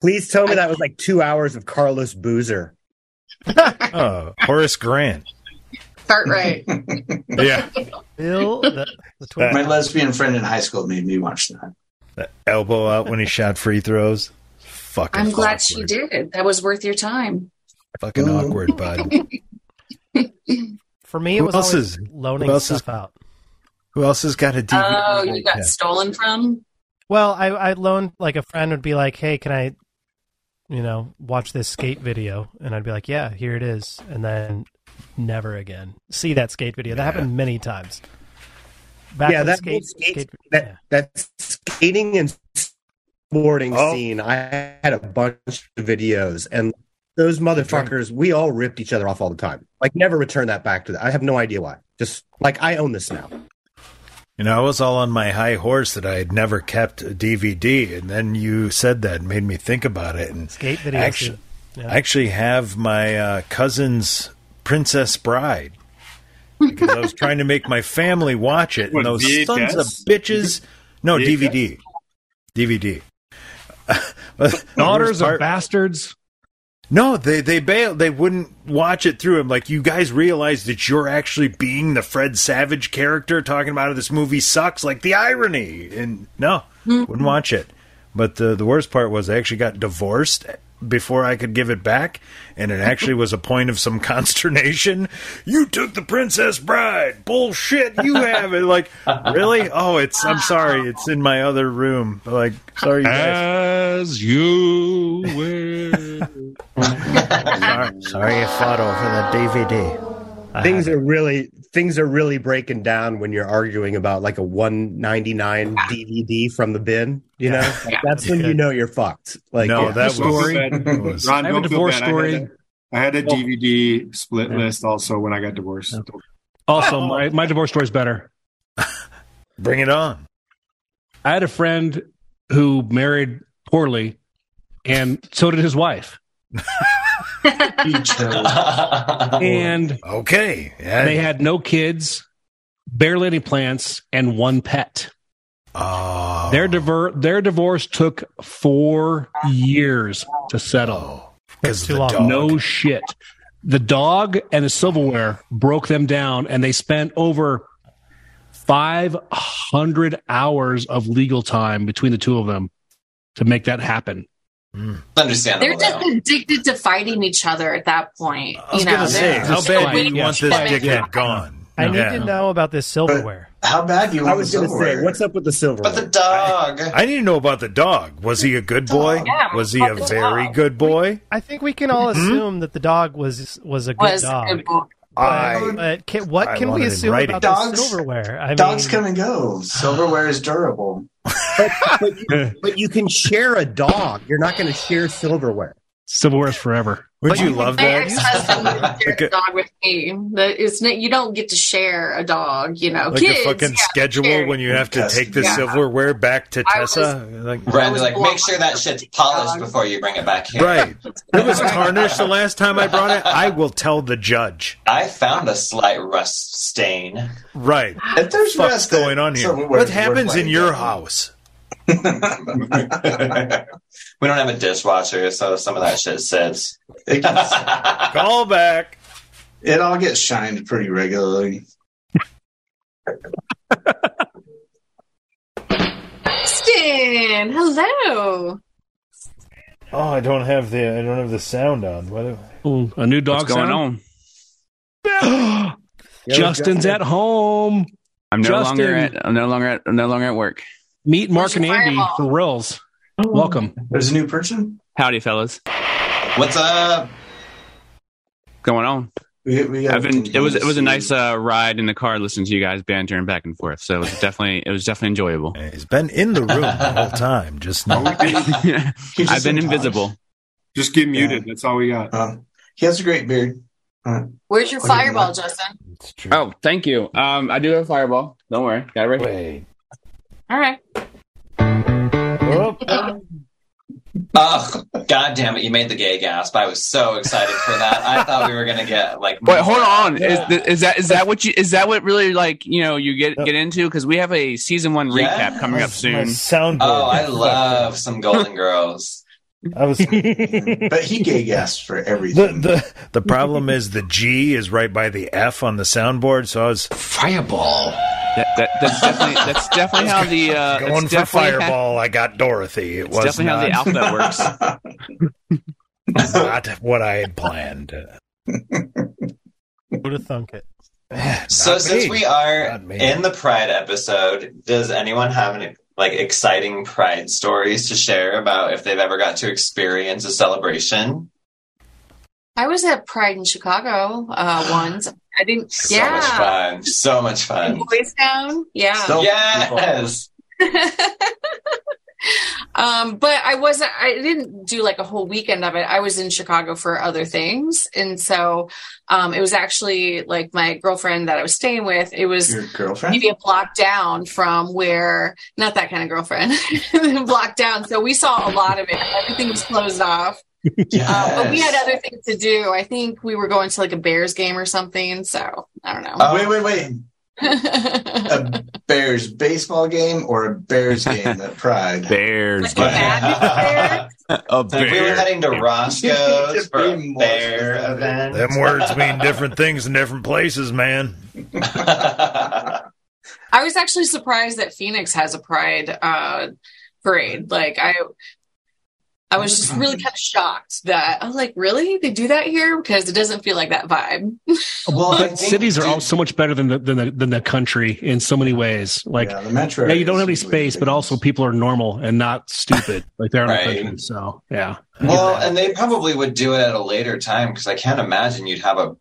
Please tell me that was like two hours of Carlos
[LAUGHS]
Boozer.
it, oh, Horace Grant.
[LAUGHS]
Cartwright.
Yeah,
Bill, the, the twin.
My lesbian friend in high school made me watch that.
the elbow out when he shot free throws. Fucking.
I'm glad
awkward.
she did. That was worth your time.
[LAUGHS]
Fucking awkward, bud.
For me, it
Who
was
else
always
is-
loaning
who else is-
stuff out.
Who else has got a DVD?
Oh, you got
Yeah.
stolen from?
Well, I I loaned like a friend would be like, "Hey, can I, you know, watch this skate video?" And I'd be like, "Yeah, here it is," and then never again see that skate video. That happened many times. Back
yeah,
when
that
skate-
whole skate,
skate-
that that skating and skateboarding
Oh.
scene. I had a bunch of videos, and those motherfuckers. We all ripped each other off all the time. Like, never return that back to that. I have no idea why. Just like I own this now.
You know, I was all on my high horse that I had never kept a DVD, and then you said that and made me think about it. And
skate video.
actually,
yeah.
I actually have my uh, cousin's Princess Bride because I was trying to make my family watch it,
What,
and those
VHS?
sons of bitches. No,
VHS?
DVD. DVD. The [LAUGHS] worst
Daughters are
part-
bastards.
no, they they bailed. They wouldn't watch it through. I'm like, you guys realize that you're actually being the Fred Savage character talking about how this movie sucks. Like the irony, and no, wouldn't watch it. But the the worst part was I actually got divorced before I could give it back, and it actually was a point of some [LAUGHS] consternation. You took the Princess Bride, bullshit. You have it. Like really? Oh, it's. I'm sorry. It's in my other room. Like sorry, you guys. [LAUGHS]
As you will.
Sorry, sorry I fought over the DVD.
things are really things are really breaking down when you're arguing about like a 199
Ah.
DVD from the bin. You know, Like, that's when you know you're fucked. Like,
no,
yeah.
that was,
Story.
[LAUGHS] that was
Ron,
I have a
don't feel
divorce
bad. I had
story.
a- I had a DVD split list also when I got divorced.
Also, my, my divorce story's better.
bring it on.
I had a friend who married poorly, and so did his wife. And
Okay, yeah.
they had no kids, barely any plants, and one pet.
oh,
Their diver- their divorce took four years to settle.
because
too
Oh, the
long.
dog.
No shit. The dog and the silverware broke them down, and they spent over 500 hours of legal time between the two of them to make that happen.
They're
Hmm.
Understandable.
just addicted to fighting each other at that point. you know,
say,
they're-
how
they're
bad do
winning
you want
each
this
other.
dickhead
Yeah.
gone?
I need
Yeah.
to know about this silverware.
How bad do you
I was going to say, what's up with the silver?
But the dog.
I need to know about the dog. Was he a good boy?
Yeah,
was he a
about the
very good boy?
I think we can all
Hmm?
Hmm?
Mhm.
assume that the dog was was a good
Was a
dog.
good boy.
But,
I-
but can, what
I
can
want
we
it in
assume
writing.
about the
Dogs-
silverware? I
Dogs
mean,
come and go. Silverware is durable.
But you can share a dog. You're not going to share silverware.
Silverware is forever.
Would you love
My
that?
ex-husband
[LAUGHS]
would share
Okay.
a dog with me. That is, you don't get to share a dog, you know.
Like
Kids,
a fucking
yeah,
schedule
share.
when you have to
Yes.
take the
Yeah.
silverware back to
I was-
Tessa. like,
Right, they're like, make sure that shit's polished before you bring it back here.
right. It was tarnished the last time I brought it. I will tell the judge.
[LAUGHS] I found a slight rust stain.
Right.
If there's
What's
rest
uh,
going on here? What happens in your house?
We don't have a dishwasher, so some of that shit sits. [LAUGHS]
It, gets,
Call back.
it all gets shined pretty regularly.
Austin, hello.
Oh, I don't have the I don't have the sound on. What?
Ooh, a new dog
What's going
sound?
on?
Yo,
Justin's
Justin.
at home.
I'm no
Justin.
longer at. I'm no longer at. I'm no longer at work.
Meet Mark and
Where's your
Andy
fireball?
for Rills. Welcome.
There's a new person.
Howdy, fellas.
What's up?
Going on.
We, we
I've been. It was. It was a nice
Uh,
uh, ride in the car, listening to you guys bantering back and forth. So it was definitely. It was definitely enjoyable.
He's been in the room the whole time.
[LAUGHS]
Just not.
I've been invisible.
Just get muted. That's all we got.
he has a great beard.
Where's your
Oh, yeah.
fireball, Justin?
It's true.
Oh, thank you. Um, I do have a fireball. Don't worry. Got it right. here.
Wait.
All right.
Oh,
Oh, god damn it! You made the gay gasp. I was so excited for that. I thought we were gonna get like.
Wait, hold on. Is,
Yeah.
th- is that is that what you is that what really like you know you get get into because we have a season one
Yeah.
recap coming up
my
soon.
soundboard.
Oh, I love some Golden
[LAUGHS]
Girls.
I was
But he gay gasps for
The,
everything.
the the problem is the G is right by the F on the soundboard, so I was
That, that, that's definitely that's definitely how the uh, that's
going for
definitely how-
Fireball. I got Dorothy. It
it's
was
definitely
not,
how the alphabet works.
not what I had planned.
would have thunk it.
so since we are
Not me.
in the Pride episode, does anyone have any like exciting Pride stories to share about if they've ever got to experience a celebration?
I was at Pride in Chicago
[GASPS]
uh, once. I didn't.
So
yeah.
much fun. So much
In
fun.
Boys Town. Yeah.
So-
Yes.
um, but I wasn't. I didn't do like a whole weekend of it. I was in Chicago for other things, and so um, it was actually like my girlfriend that I was staying with. It was
Your girlfriend?
maybe a block down from where not that kind of girlfriend [LAUGHS] block down so we saw a lot of it everything was closed off uh, but we had
Yes.
other things to do i think we were going to like a bears game or something so i don't know
Oh,
wait, wait, wait. A Bears baseball game or a Bears game at Pride?
Like
Bears,
a magic
[LAUGHS] a
Like, we were
bear.
heading to Roscoe's
[LAUGHS]
Just
for
be
a
more
bear
specific.
event.
Them words mean different things in different places, man.
I was actually surprised that Phoenix has a pride uh, parade. Like I, I was just really kind of shocked that I'm like, really, they do that here because it doesn't feel like that vibe.
well, I
But
think-
cities are all
dude,
so much better than the, than the than the country in so many ways. Like
yeah, the metro.
yeah, you don't have any
is
space, but
ridiculous.
also people are normal and
[LAUGHS]
not stupid. Like they're in the
Right.
country, so yeah.
well, and they probably would do it at a later time because I can't imagine you'd have a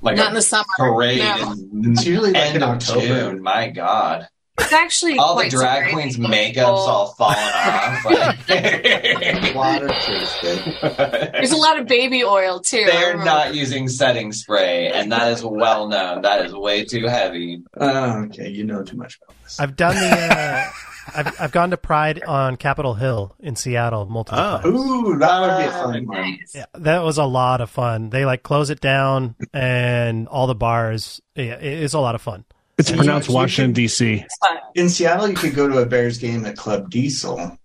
like
Not in
a
the summer.
parade
No.
in
It's usually like
end
in
of
October.
June. My God,
It's actually
all the
quite
drag
surprising.
queens' makeup's all falling off.
[LAUGHS]
Like, [LAUGHS]
Water Tuesday.
There's a lot of baby oil too. I
They're
remember.
not using setting spray, and that is well known. That is way too heavy.
Oh, okay, you know too much about this.
I've done the. Uh, I've I've gone to Pride on Capitol Hill in Seattle multiple
Oh.
times.
Ooh, that would be a fun one.
Ah, Nice.
Yeah, that was a lot of fun. They like close it down and all the bars. Yeah, it- it's a lot of fun.
It's
Yeah,
pronounced
you- you
Washington
can-
D.C.
It's fun.
In Seattle, you could go to a Bears game at Club Diesel.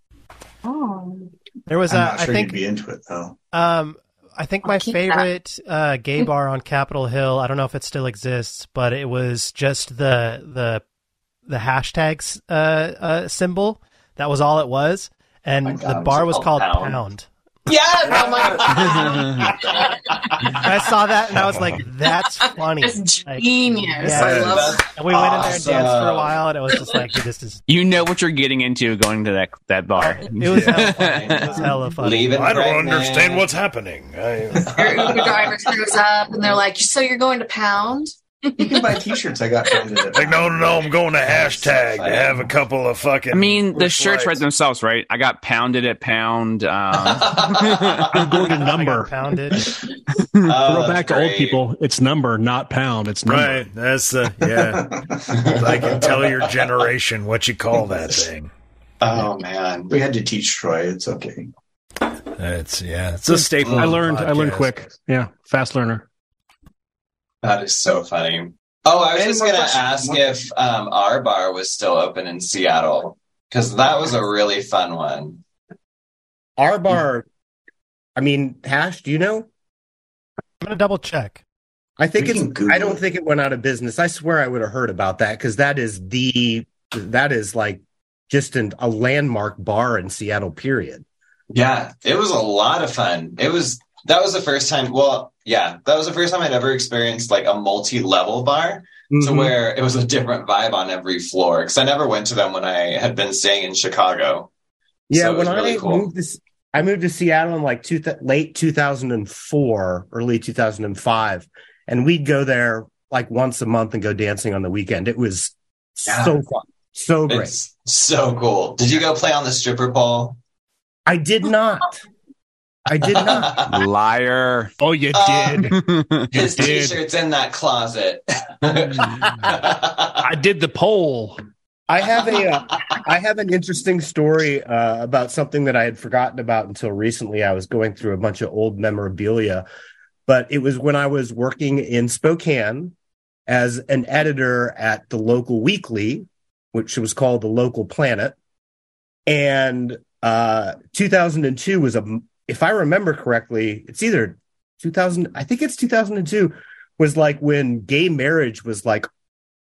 Oh.
There was
I'm
a,
not
I
sure
think
you'd be into it though.
Um, I think my
I'll keep that.
favorite uh, gay bar on Capitol Hill. I don't know if it still exists, but it was just the the the hashtags uh, uh, symbol. That was all it was, and the
was
bar
it
was called
called Pound?
Pound. [LAUGHS]
Yes. Oh my God.
I saw that and I was like,
[LAUGHS]
"That's funny."
That's genius. I love
And we went in there and danced for a
Awesome.
while, and it was just like, "This is."
You know what you're getting into going to that that bar.
It was hella funny. It was
[LAUGHS]
hella funny.
I don't understand what's happening.
Your Uber
[LAUGHS] I...
driver shows up and they're like, "So you're going to Pound?"
You can buy
[LAUGHS]
T-shirts. I got from the
like, no, no, no. I'm going to hashtag to have a couple of fucking.
I mean, the shirts
right.
write themselves, right? I got pounded at pound. Um,
I'm going to number.
Pounded.
[LAUGHS]
Uh,
Throw back to old people. It's number, not pound. It's number.
Right. That's the
[LAUGHS]
[LAUGHS] yeah. I can tell your generation what you call that thing.
Oh man, we had to teach Troy. It's okay.
It's
[LAUGHS]
yeah. It's a staple.
I
of the
learned. I learned
podcast.
quick. Yeah, fast learner.
That is so funny. Oh, I was just gonna ask if um, our bar was still open in Seattle because that was a really fun one.
Our bar, I mean, Hash, do you know?
I'm gonna double check.
I think
We
it's.
can Google
I don't think it went out of business. I swear I would have heard about that because that is the that is like just an, a landmark bar in Seattle. Period.
Yeah, it was a lot of fun. It was that was the first time. Well, yeah, that was the first time I'd ever experienced like a multi-level bar. So
Mm-hmm.
Mhm.
where it was a different vibe on every floor because I never went to them when I had been staying in Chicago.
Yeah,
So it was
when I
really cool.
moved this, I moved to Seattle in like two th- late 2004, early 2005, and we'd go there like once a month and go dancing on the weekend. It was so fun, so Oh, great.
It's so cool. Did you go play on the stripper pole?
I did not. I did not.
[LAUGHS]
Liar.
Oh, you
Um,
did. you
His
did.
t-shirt's in that closet. [LAUGHS]
I did the poll.
I have a uh, I have an interesting story uh, about something that I had forgotten about until recently. I was going through a bunch of old memorabilia, but it was when I was working in Spokane as an editor at the local weekly, which was called the Local Planet, and uh, 2002 was a if I remember correctly, it's either 2000 I think it's 2002 was like when gay marriage was like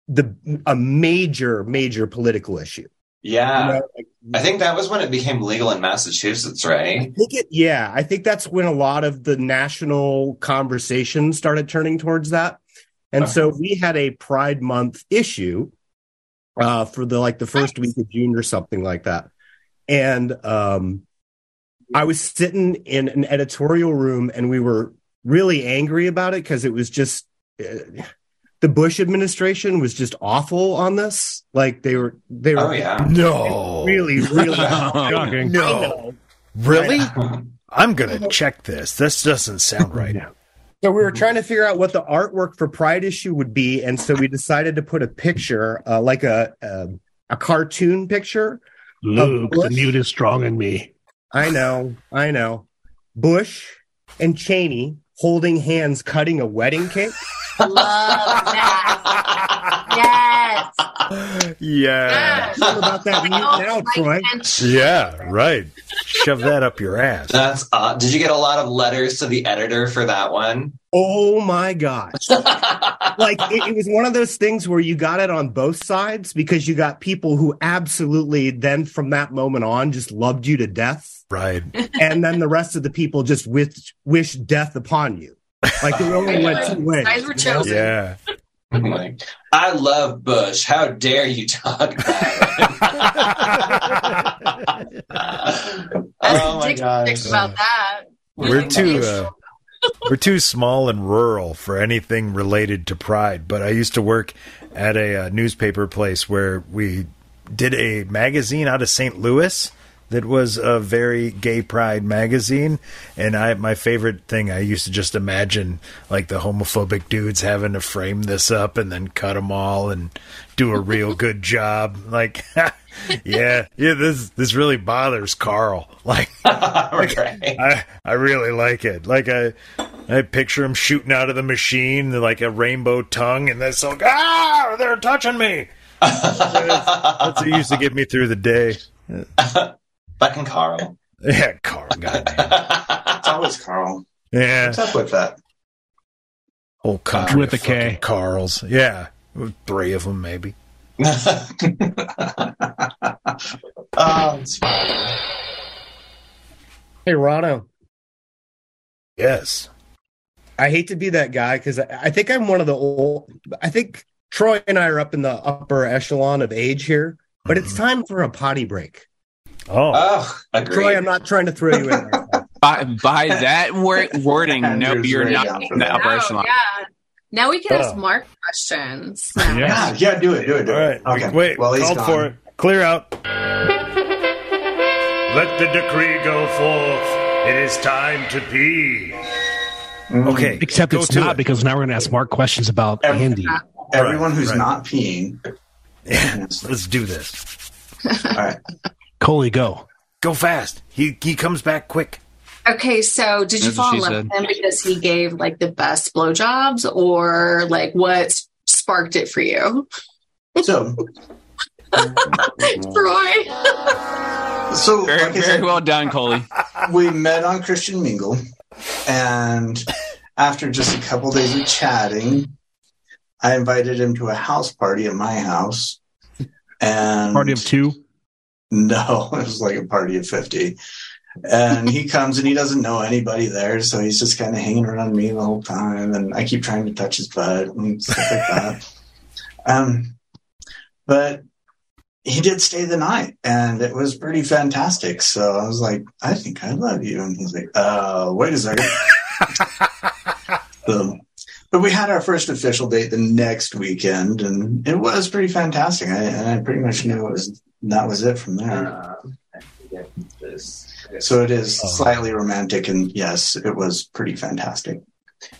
the a major major political issue
Yeah.
You
I think that was when it became legal in Massachusetts, right?
I think it, yeah, I think that's when a lot of the national conversation started turning towards that. And so
Uh-huh.
we had a Pride Month issue uh, for the like the first week of June or something like that. And um, I was sitting in an editorial room and we were really angry about it because it was just uh, the Bush administration was just awful on this. Like they were, they were,
Oh, yeah.
No. [LAUGHS]
really, [LAUGHS] really
Shocking.
I
No.
know.
Really? [LAUGHS] I'm gonna check this. This doesn't sound right.
So we were trying to figure out what the artwork for Pride issue would be, and so we decided to put a picture, uh, like a um a cartoon picture.
Luke, the mute is strong in me.
I know, I know. Bush and Cheney holding hands, cutting a wedding cake.
Love that.
Yeah.
Yes. about
that
now, Troy.
[LAUGHS]
Yeah. Right. Shove that up your ass.
That's uh, did you get a lot of letters to the editor for that one?
Oh my gosh. like it, it was one of those things where you got it on both sides because you got people who absolutely then from that moment on just loved you to death.
Right.
And then the rest of the people just wish, wish death upon you. Like it only went two ways.
Guys were chosen.
Yeah.
I'm like, I love Bush. How dare you [LAUGHS] talk about it? oh my gosh.
Think about that.
We're too uh, [LAUGHS] we're too small and rural for anything related to pride. But I used to work at a uh, newspaper place where we did a magazine out of St. Louis that was a very gay pride magazine and I my favorite thing I used to just imagine like the homophobic dudes having to frame this up and then cut them all and do a [LAUGHS] real good job like [LAUGHS] yeah yeah this this really bothers Carl like I, I really like it. Like I I picture him shooting out of the machine like a rainbow tongue, and that's
[LAUGHS]
all. Ah, they're
[GASPS]
touching me. that's what used to get me through
[LAUGHS]
the day.
Fucking Carl.
Yeah, Carl.
It's always Carl.
Yeah,
What's up with that?
whole country with the K Carls. Yeah, three of
[LAUGHS]
them maybe.
Um,
Oh, it's fine.
Hey, Rano.
Yes.
I hate to be that guy because I, I think I'm one of the old. I think Troy and I are up in the upper echelon of age here, but it's
Mm-hmm.
time for a potty break.
Oh,
Troy, I'm not trying to throw you in.
by, by that wor- wording, no,
Andrew's
you're
really
not
down
in the upper
Oh,
echelon.
yeah. Now we can ask
Oh.
Mark questions.
Yeah,
yeah, do it, do it, do
All right.
Okay.
Wait,
Well, he's
called
gone.
for it. Clear out. Let the decree go forth. It is time to pee. Okay.
Except
go
it's
to
not
it.
because now we're going to ask Mark questions about Andy.
Everyone
Right,
who's
right.
not peeing.
Let's do this.
All right.
Coley, go.
Go fast. He he comes back quick.
Okay, so did you
That's what
fall
she
in love
said.
with him because he gave like the best blowjobs, or like what sparked it for you, [LAUGHS]
So,
Troy?
so
very,
like I
very
said-
well done, Coley.
[LAUGHS] we met on Christian Mingle, and after just a couple days of chatting, I invited him to a house party at my house. And party of
two?
No, [LAUGHS] it was like a party of fifty. And he comes and he doesn't know anybody there, so he's just kind of hanging around me the whole time. And I keep trying to touch his butt and stuff like [LAUGHS] that. Um, but he did stay the night and it was pretty fantastic. So I was like, I think I love you. And he's like, uh, wait a [LAUGHS] second. so, but we had our first official date the next weekend and it was pretty fantastic. I, and I pretty much knew it was, that was it from there. So it is slightly romantic and yes, it was pretty fantastic.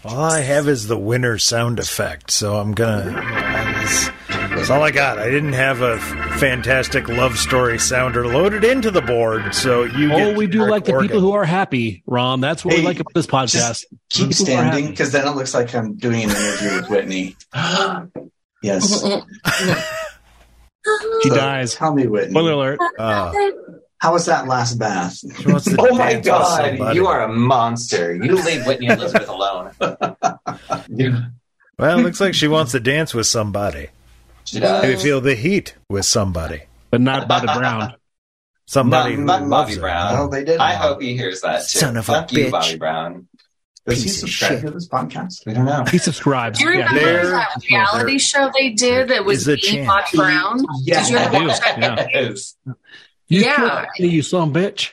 All I have is the winner sound effect, so I'm gonna. That's, that's all I got. I didn't have a f- fantastic love story sounder loaded into the board, so you.
Oh,
get
we do
Mark
like the
Organ.
people who are happy, Ron. That's what we
Hey,
like about this podcast.
Keep
People who are
standing
happy.
because then it looks like I'm doing an interview with Whitney.
Oh,
yes.
She dies.
Tell me, Whitney.
Spoiler alert.
Oh,
How was that last bath?
Uh,
[LAUGHS]
oh my god, you are a monster. You leave Whitney and Elizabeth alone.
Well, it looks like she wants to dance with somebody.
She does.
They feel the heat with somebody,
but not Bobby Brown.
Somebody
Not- not
who
Bobby
loves
Brown.
Her.
Oh, they did.
I hope he hears that too.
Son of a
Fuck you,
bitch.
Bobby Brown.
Does he
Piece of
subscribe
shit.
to this podcast?
I don't know.
He subscribes.
Do you remember
there-
that reality show they did? It was
is a
being
chance.
Bob Brown.
Yes,
did you ever
I do,
watch that?
yeah.
Yes.
You
Yeah.
killed me, you son of a bitch.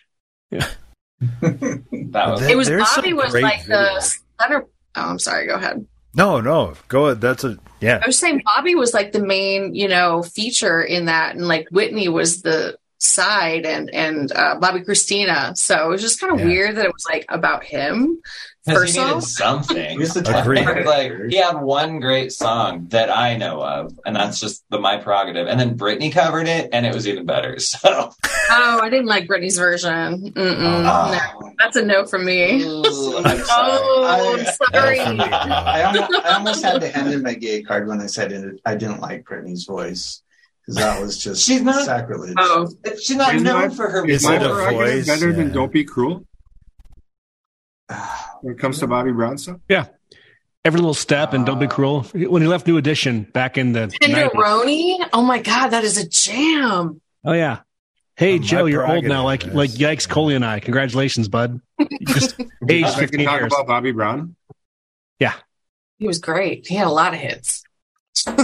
That was
There-
it was
there's some
Bobby was
great
like the
videos.
center. Oh, I'm sorry. Go ahead.
No, no, go. That's a yeah.
I was saying Bobby was like the main, you know, feature in that, and like Whitney was the side, and and uh, Bobby Christina. So it was just kind of
Yeah.
weird that it was like about him.
Because
First
he
of all,
needed something.
He's the
Agreed.
Like, like he had one great song that I know of, and that's just the my prerogative. And then Britney covered it, and it was even better. [LAUGHS] So
oh, I didn't like Britney's version. Mm-mm,
Oh.
No, that's a no from me.
Mm. I'm
oh, I'm sorry.
[LAUGHS] I, almost, I almost had to hand in my gay card when I said it, I didn't like Brittany's voice because that was just
She's not-
sacrilege.
Oh,
she's not
Is
known
my-
for her
is
my
my
voice?
prerogative better than
Yeah.
Don't Be Cruel? When it comes to Bobby Uh, Brown stuff,
Yeah. Every little step and don't be cruel. When he left New Edition back in the 90s.
Tenderoni. Oh my god, that is a jam.
Oh yeah. Hey
my
Joe, you're old now. Like
prerogative
like yikes, Coley and I. Congratulations, bud. You
[LAUGHS]
just aged
I can
fifteen
talk
years.
about Bobby Brown.
Yeah.
He was great. He had a lot of hits.
[LAUGHS]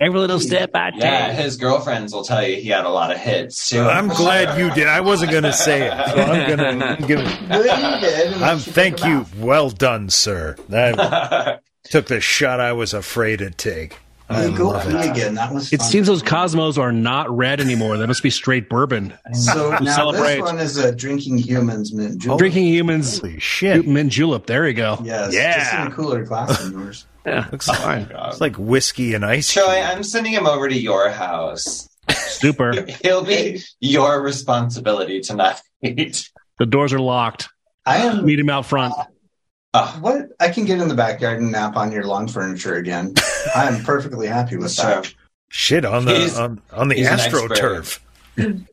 Every little step I take.
Yeah, his girlfriends will tell you he had a lot of hits too.
I'm glad you did. I wasn't gonna say it, so I'm gonna I'm gonna-
Brittany did. and
I'm
she took
thank
her
you.
back.
Well done, sir. I took the shot I was afraid to take. I
Legal
love
pee
it.
again. That was
It
fun.
seems those Cosmos are not red anymore. They must be straight bourbon. [LAUGHS]
so
to
now
celebrate. Oh.
this one is a drinking humans mint julep.
Drinking humans
Holy shit.
mint julep. There you go.
Yes, just in
Yeah.
a cooler glass than yours.
yeah.
Looks fine.
God.
It's like uh, whiskey and ice.
Troy, I'm sending him over to your house.
Super.
[LAUGHS] He'll be your responsibility tonight. [LAUGHS]
The doors are locked.
I am.
Meet him out front.
Uh, What I can get in the backyard and nap on your lawn furniture again. I am perfectly happy [LAUGHS] with that.
Shit on the
He's-
on, on the
he's an expert.
astroturf.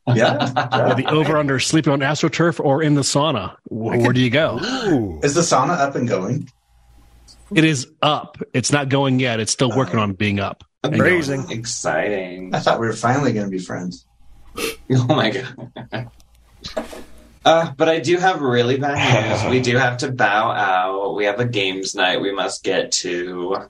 Or
Yeah.
the over under sleeping on AstroTurf or in the sauna. Where, where do you go?
Ooh.
Is the sauna up and going?
It is up. It's not going yet. It's still working on
[LAUGHS]
being up.
Oh
and going.
Amazing.
Exciting. [LAUGHS]
I thought we were finally going to be friends.
Oh my god. Uh, but I do have really bad news. We do have to bow out. We have a games night we must get to.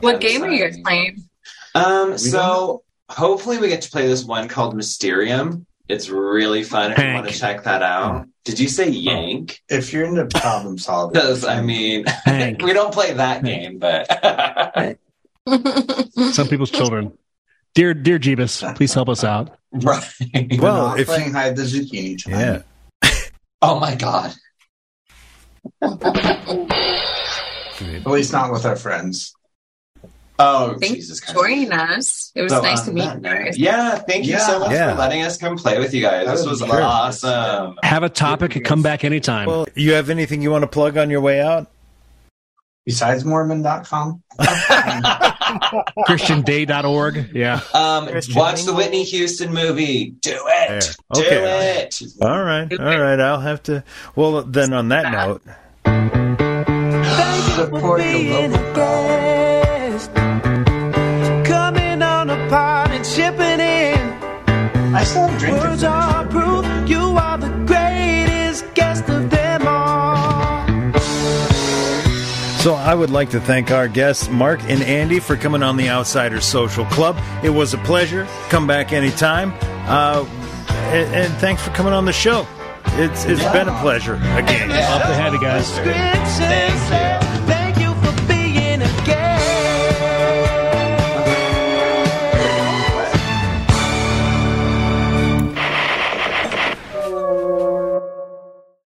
What game are you guys playing?
Um, so hopefully we get to play this one called Mysterium. It's really fun if you want to check that out. Did you say Yank?
If you're into
[LAUGHS]
problem solving,
Because I mean, [LAUGHS] we don't play that game, but [LAUGHS]
Some people's children. Dear, dear Jeebus, please help
[LAUGHS]
us out.
Right.
well, if playing hide the zucchini,
Yeah.
oh my god,
at least not with our friends.
Oh,
Thanks for joining us. It was
So,
nice to
on
meet you
that
guys.
yeah, thank you so much
Yeah.
for letting us come play with you guys.
That
This
was
was
great.
awesome.
Um,
Have a topic and come back anytime.
Well, you have anything you want to plug on your way out?
Besides Mormon.com?
ChristianDay.org. Yeah.
Um, watch the Whitney Houston movie. Do it. Do it.
All right. All right. I'll have to. Well, then on that note,
Support the local guest. Coming on a pod and chipping in.
I still have drinking.
Words are proof you are the greatest guest of them all.
so I would like to thank our guests, Mark and Andy, for coming on the Outsiders Social Club. It was a pleasure. Come back anytime. Uh, and, and thanks for coming on the show. It's it's been a pleasure again.
Off the head, guys. Thank you.